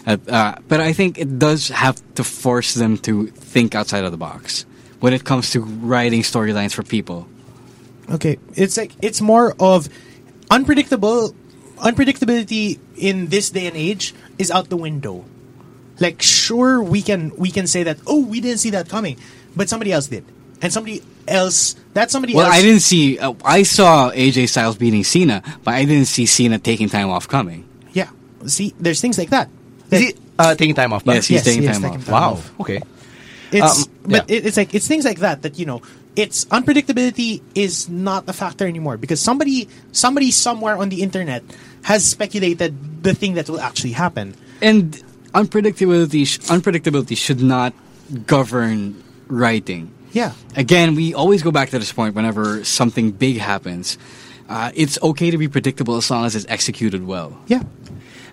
Uh, uh, but I think it does have to force them to think outside of the box when it comes to writing storylines for people. Okay, it's like it's more of unpredictable unpredictability in this day and age is out the window. Like sure we can we can say that oh we didn't see that coming, but somebody else did, and somebody else that somebody Well, else. I didn't see. Uh, I saw AJ Styles beating Cena, but I didn't see Cena taking time off coming. Yeah, see, there's things like that. Is he uh, taking time off? by Yes, the way? he's Yes, taking he is time taking off. time wow. off. Okay. It's Um, but it, it's like it's things like that that you know it's unpredictability is not a factor anymore because somebody somebody somewhere on the internet has speculated the thing that will actually happen. And unpredictability, sh- unpredictability should not govern writing. Yeah. Again, we always go back to this point whenever something big happens. Uh, it's okay to be predictable as long as it's executed well. Yeah.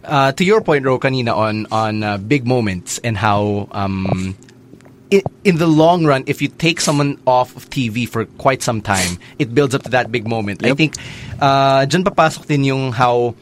Uh, to your point, Ro, kanina on on uh, big moments and how um, i in the long run, if you take someone off of TV for quite some time, it builds up to that big moment. I think uh, dyan papasok din yung how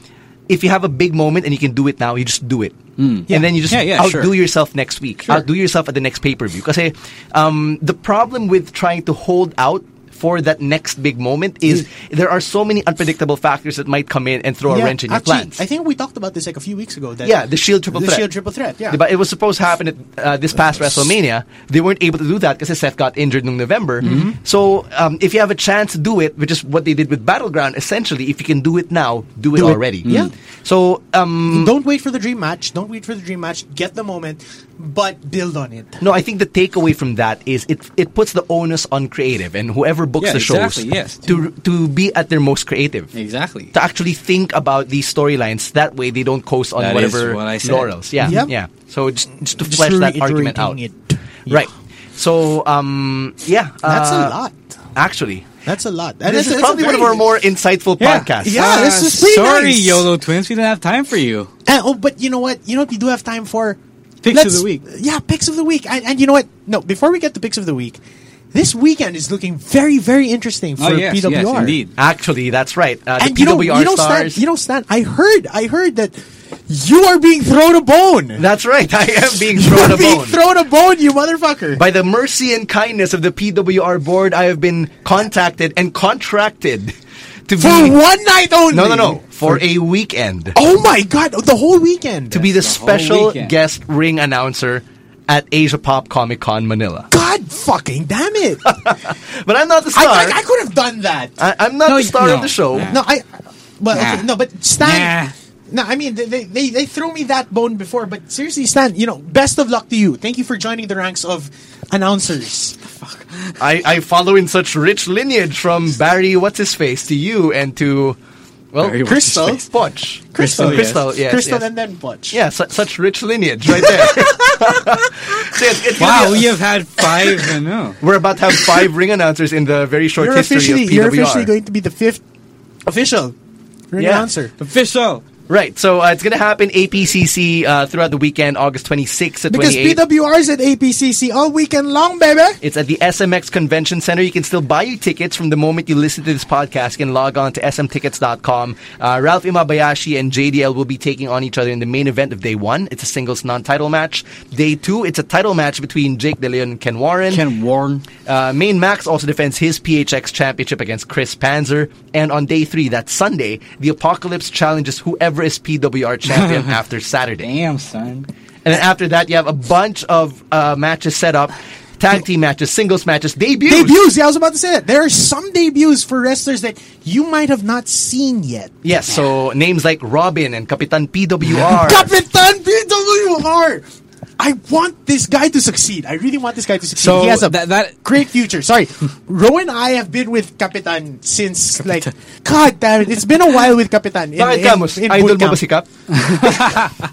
if you have a big moment and you can do it now, you just do it. Yeah. And then you just Yeah, yeah, outdo sure. yourself next week. Outdo yourself at the next pay-per-view. Kasi um, the problem with trying to hold out for that next big moment is there are so many unpredictable factors that might come in and throw a Yeah, wrench in your actually, plans. I think we talked about this like a few weeks ago. That Yeah, the Shield triple the threat. Shield triple threat. Yeah, Diba? It was supposed to happen at uh, this past WrestleMania. They weren't able to do that because Seth got injured in November. So um, if you have a chance to do it, which is what they did with Battleground, essentially, if you can do it now, do it Do it. already. Mm. Yeah. So um, don't wait for the dream match. Don't wait for the dream match. Get the moment, but build on it. no, I think the takeaway from that is it it puts the onus on creative and whoever books Yeah, the shows exactly, yes. to to be at their most creative. Exactly. Ah, To actually think about these storylines, that way they don't coast on That is whatever what I said. laurels. Yeah, Yep. yeah. So just, just to Just flesh that argument reiterating out. it. Right. So, um, yeah. That's uh, a lot. Actually. That's a lot. And This is it's- it's probably a one of our very- more insightful Yeah. podcasts. Yeah, this is pretty Ah, sorry, nice. YOLO twins. We didn't have time for you. Uh, oh, but you know what? You know what we do have time for? Picks of Let's- the week. Yeah, picks of the week. And, and you know what? No, before we get to picks of the week, this weekend is looking very, very interesting for oh yes, PWR. yes, indeed. Actually, that's right. Uh, the And you know, PWR you know, Stan, stars. you know, Stan, I heard, I heard that you are being thrown a bone. that's right. I am being You're thrown a being bone. thrown a bone, you motherfucker. By the mercy and kindness of the PWR board, I have been contacted and contracted to for be. one night only. No, no, no. For a weekend. Oh my god, the whole weekend. to be the, whole special weekend. guest ring announcer at Asia Pop Comic Con Manila. God fucking damn it. I, But I'm not the star. I, I could have done that. I, am not No, the you- star no. of the show. Nah. No, I. Well, Nah. okay, no, but Stan. Nah. No, I mean they, they- they they threw me that bone before, but seriously, Stan, you know, best of luck to you. Thank you for joining the ranks of announcers. I, I follow in such rich lineage from Barry, what's his face, to you and to well Barry, what's his Crystal face? Butch. Crystal, yes. Crystal, yes. Crystal yes. and then Butch. yeah, su- such rich lineage right there. So it's- it's gonna Wow, be a- we have had five. I know. we're about to have five ring announcers in the very short you're history officially of PWR. you're officially going to be the fifth official ring Yeah. announcer. Official. Right, so uh, it's going to happen APCC uh, throughout the weekend, August 26th to Because 28th. PWR's at APCC all weekend long, baby. It's at the SMX Convention Center. You can still buy your tickets from the moment you listen to this podcast. You can log on to smtickets.com. Uh, Ralph Imabayashi and JDL will be taking on each other in the main event of day one. It's a singles non-title match. Day two, it's a title match between Jake De Leon and Ken Warren. Ken Warren. Uh, Main Max also defends his PHX championship against Chris Panzer. And on day three, that Sunday, the Apocalypse challenges whoever is PWR champion after Saturday. Damn, son. And then after that, you have a bunch of uh, matches set up. Tag team matches, singles matches, debuts. Debuts. Yeah, I was about to say that. There are some debuts for wrestlers that you might have not seen yet. Yes, so names like Robin and Capitan PWR. Capitan PWR. I want this guy to succeed. I really want this guy to succeed. So he has a that- that- great future. Sorry, Ro and I have been with Capitan since like God damn it, it's been a while with Capitan. In, Bakit ka, Mus? in- in Idol boot mo camp. ba si Cap?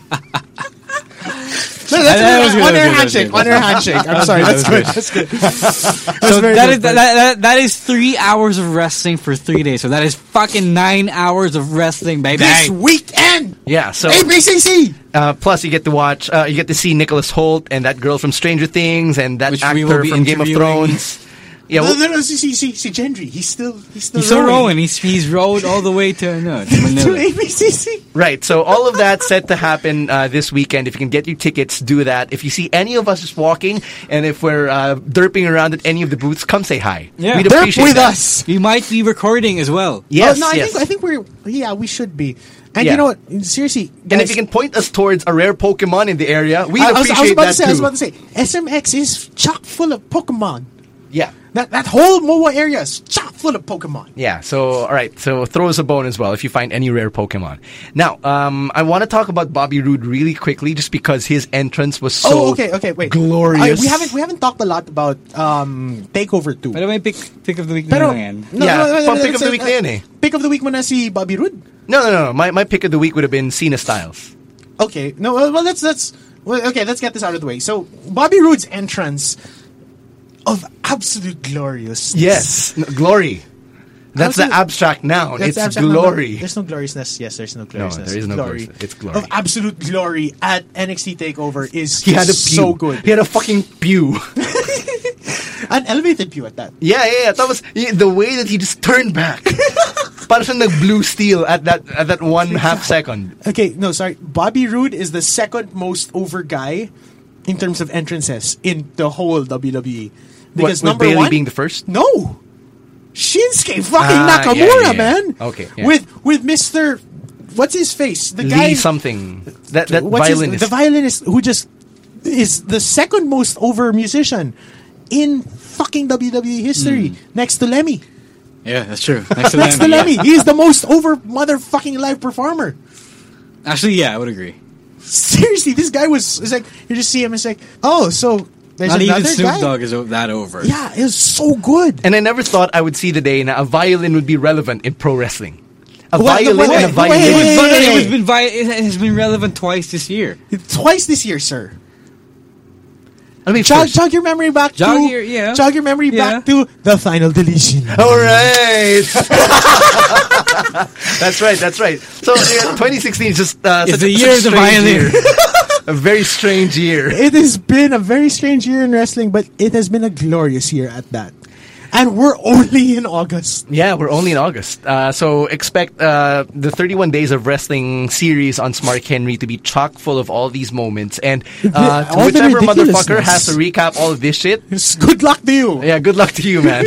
No, That that's was good, good. On that air was good, handshake. On that air handshake. I'm sorry. That's good. That's good. That's So very that good, is that, very that, that is three hours of wrestling for three days. So that is fucking nine hours of wrestling, baby. This weekend. Yeah, so- ABCC. Uh, plus, you get to watch, uh, you get to see Nicholas Holt and that girl from Stranger Things and that Which we will actor be from Game of interviewing. Thrones. Yeah, No, well, no, no. See, see, see, see, Gendry. He's still, he's still He's so rowing. rowing. He's he's rowed all the way to no, to to Manila. ABCC. right. So all of that's set to happen uh, this weekend. If you can get your tickets, do that. If you see any of us just walking, and if we're uh, derping around at any of the booths, come say hi. Yeah. We'd Derp appreciate with that. us. We might be recording as well. Yes, Oh, no, I yes. think I think we're yeah we should be. And Yeah. you know what? Seriously, and guys, if you can point us towards a rare Pokemon in the area, we'd I, I was, appreciate I was about that to say, too. I was about to say, SMX is chock full of Pokemon. yeah. That that whole MOA area is chock full of Pokemon. Yeah, so all right, so throw us a bone as well if you find any rare Pokemon. Now, um, I want to talk about Bobby Roode really quickly, just because his entrance was so oh, okay, okay, wait. glorious. I- we haven't we haven't talked a lot about um, Takeover Two. Pero may pick pick of the week Pero- na yan. no, Yeah, no, no, no, pang no, pick of the it's- week na yan eh. Pick of the week muna si Bobby Roode. No, no, no, no. My my pick of the week would have been Cena Styles. Okay, no, well, well, let's let's well, okay, let's get this out of the way. So Bobby Roode's entrance of absolute glorious. No, glory. That's the Absolute- abstract noun. That's it's abstract- no, glory. No, there's no gloriousness. Yes, there's no gloriousness. there is no gloriousness. It's glory. Of absolute glory at NXT Takeover is he had a pew. so good. He had a fucking pew. An elevated pew at that. yeah, yeah, yeah. That was yeah, the way that he just turned back. Parang siyang blue steel at that at that one half second. Okay, no, sorry. Bobby Roode is the second most over guy in terms of entrances in the whole WWE. Because with number Bayley one being the first? No, Shinsuke fucking Ah, yeah, Nakamura, yeah, yeah. man. Okay, yeah. with with Mister, what's his face? The guy Lee something. That that what's his- violinist. the violinist who just is the second most over musician in fucking WWE history, Hmm. next to Lemmy. Yeah, that's true. Next to Next to Lemmy, yeah. Lemmy, he is the most over motherfucking live performer. Actually, yeah, I would agree. Seriously, this guy was. It's like you just see him. It's like, oh, so there's Not another even Snoop guy. Dogg is o- that over. Yeah, it was so good. And I never thought I would see the day now a violin would be relevant in pro wrestling. A Wait, violin wait, and a wait, violin. It, was, wait, but it Hey! was been vi- it has been relevant twice this year. Twice this year, sir. I mean, Jog, first- jog your memory back Jog to your- yeah. jog your memory back Yeah. to the final deletion. Oh, All right. that's right. That's right. So yeah, 2016 is just uh, It's such the a, year of such a the strange violin. year. a very strange year. It has been a very strange year in wrestling, but it has been a glorious year at that. And we're only in August. Yeah, we're only in August, uh, so expect uh, the 31 days of wrestling series on Smart Henry to be chock full of all these moments, and uh, All the whichever motherfucker ridiculousness. has to recap all of this shit, It's Good luck to you. Yeah, good luck to you, man.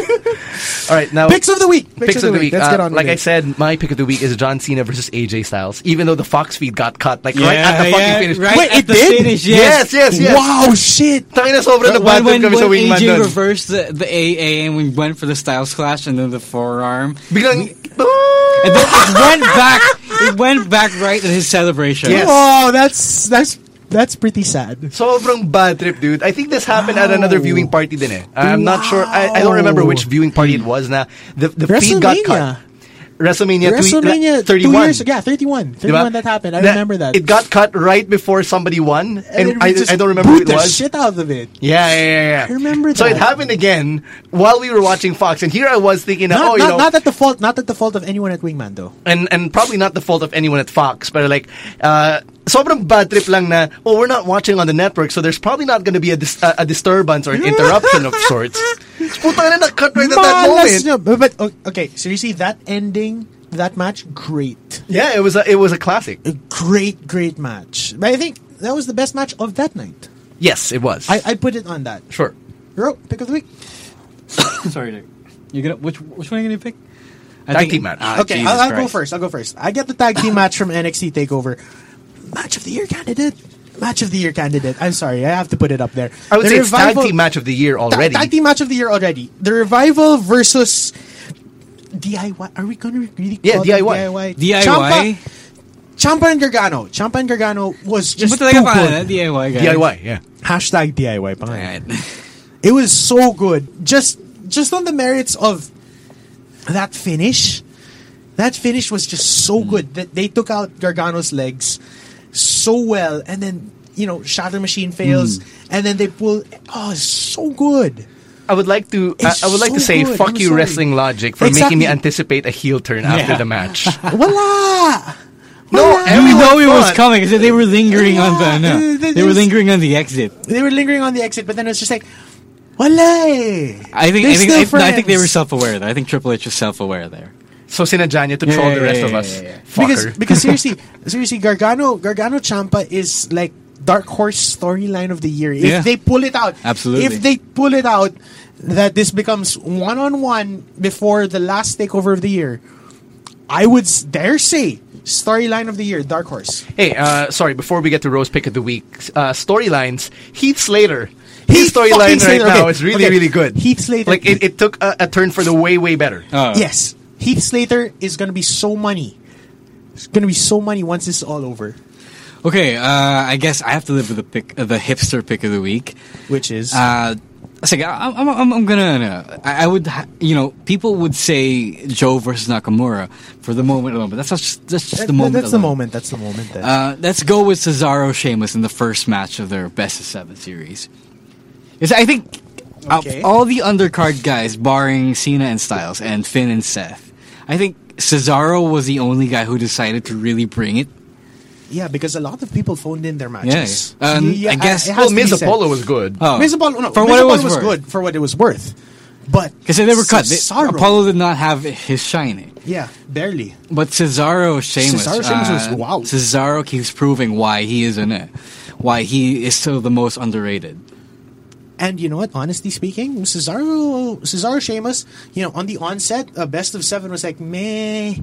All right, now Picks of the week. Picks, of the week. Let's Uh, get on with like I it. said, my pick of the week is John Cena versus AJ Styles. Even though the Fox feed got cut, like right Yeah, at the fucking yeah, finish. right Wait, at it the did? finish. Yes, yes, yes. Wow, shit. Tangina sobrang But nagbantam when, when, kami sa when wingman AJ doon. reversed the, the AA and we went for the Styles Clash and then the forearm, Biglang, "Ah, and then it went back. It went back right at his celebration. Yes. Oh, that's that's that's pretty sad. sobrang bad trip, dude. I think this happened at another viewing party din eh. I'm not sure. I, I don't remember which viewing party it was na. The, the feed got WrestleMania. cut. WrestleMania, uh, two- WrestleMania like, 31. Two years, yeah, 31. 31 that happened. I That- remember that. It got cut right before somebody won, and, then we I, just I don't remember boot who it the was. shit out of it. Yeah, yeah, yeah, yeah. I remember So it that. happened again while we were watching Fox, and here I was thinking, Not, oh, you not, know, not at the fault, not at the fault of anyone at Wingman though. and and probably not the fault of anyone at Fox, but like, uh, sobrang bad trip lang na. Well, we're not watching on the network, so there's probably not going to be a, dis- a, a disturbance or an interruption of sorts. Puta na, cut right at that Malas moment. na- but, but o- okay, so you see that ending, that match, great, Yeah, it was a, it was a classic. great, great match. But I think that was the best match of that night. Yes, it was. I, I put it on that. sure. Ro, pick of the week. Sorry, Nick. You gonna which which one are you gonna pick? I Tag team match. Ah, okay, Jesus I'll, I'll go Christ. first. I'll go first. I get the tag team match from NXT Takeover. Match of the year candidate. Match of the year candidate. I'm sorry, I have to put it up there. I would The say it's tag Revival- team match of the year Ta- already. Tag team match of the year already. The revival versus DIY. Are we going to really? Yeah, call them DIY. DIY. Champa, Champa and Gargano. Champa and Gargano was just Just too talaga pa, good. DIY guys. DIY, yeah. Hashtag DIY. pa nga. Alright. It was so good. Just just on the merits of that finish. That finish was just Mm. so good that they took out Gargano's legs so well, and then you know Shatter Machine fails, Mm. and then they pull. Oh, it's so good. I would like to. I, It's I would like so to say, good. "Fuck I'm you, sorry. wrestling logic," for Exactly. making me anticipate a heel turn after the match. Voila! no, We everyone know it was thought- coming because they were lingering on the Yeah, no, they- they were they- lingering on the exit. They were lingering on the exit, but then it was just like, voila! I They're think I think, still I, no, I think they were friends. self-aware there. I think Triple H was self-aware there. So sinadya niya to Yeah, troll yeah, the rest yeah, of yeah, us. yeah, yeah. Fucker. Because, because seriously, seriously, Gargano, Gargano Champa is like dark horse storyline of the year. If Yeah. they pull it out, Absolutely. If they pull it out, that this becomes one on one before the last takeover of the year, I would s- dare say storyline of the year, dark horse. Hey, uh, sorry, before we get to Rose Pick of the Week, uh, storylines, Heath Slater. Heath His storyline right fucking Slater, now okay, is really, okay. really good. Heath Slater. Like, it, it took a, a turn for the way, way better. Uh. Yes, Heath Slater is going to be so money. It's going to be so money once this is all over. Okay, uh, I guess I have to live with the pick, uh, the hipster pick of the week. Which is Uh, sige, I- I'm, I'm, I'm gonna, ano, I, I would, ha- you know, people would say Joe versus Nakamura for the moment alone, but that's just, that's just That- the moment. That's the alone. moment. That's the moment. Then. Uh, let's go with Cesaro Sheamus in the first match of their best of seven series. Because I think out of Okay. all the undercard guys, barring Cena and Styles and Finn and Seth, I think Cesaro was the only guy who decided to really bring it. yeah, because a lot of people phoned in their matches. Yes. Um, I guess- it has well, to be Oh, Miz said. Apollo was good. Oh. Miz Apollo, no, For Miz what it Apollo was worth. good for what it was worth, but Because they were cut. They- Cesaro- Apollo did not have his shine. yeah, barely. But Cesaro Sheamus. Cesaro Sheamus was- uh, wow. Cesaro keeps proving why he is in it. Why he is still the most underrated. And you know what? Honestly speaking, Cesaro, Cesaro, Sheamus, you know, on the onset, a best of seven was like, meh,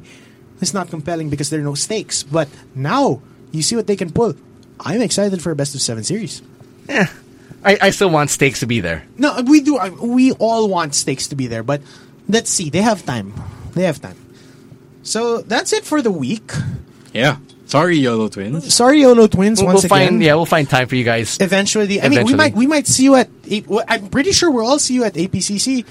it's not compelling because there are no stakes. But now you see what they can pull. I'm excited for a best of seven series. I, I still want stakes to be there. No, we do. I- We all want stakes to be there, but let's see. They have time. They have time. So that's it for the week. Yeah. Sorry, YOLO twins. Sorry, Olo Twins. We'll, once we'll find, again, yeah, we'll find time for you guys. Eventually, I mean, we Eventually. might we might see you at. A- well, I'm pretty sure we'll all see you at APCC.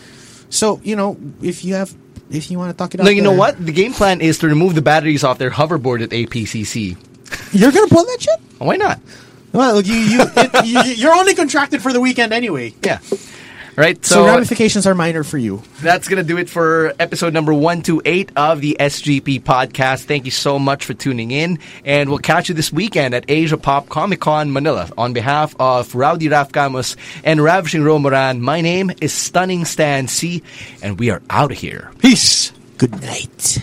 So you know, if you have, if you want to talk it out, no, you know there- what? The game plan is to remove the batteries off their hoverboard at APCC. You're gonna pull that shit. Why not? Well, you you, it, you you're only contracted for the weekend anyway. Yeah. Right, So, ramifications are minor for you. That's going to do it for episode number 128 of the SGP podcast. Thank you so much for tuning in. And we'll catch you this weekend at Asia Pop Comic Con Manila. On behalf of Rowdy Raf Camus and Ravishing Romoran, my name is Stunning Stan C, and we are out of here. Peace. Good night.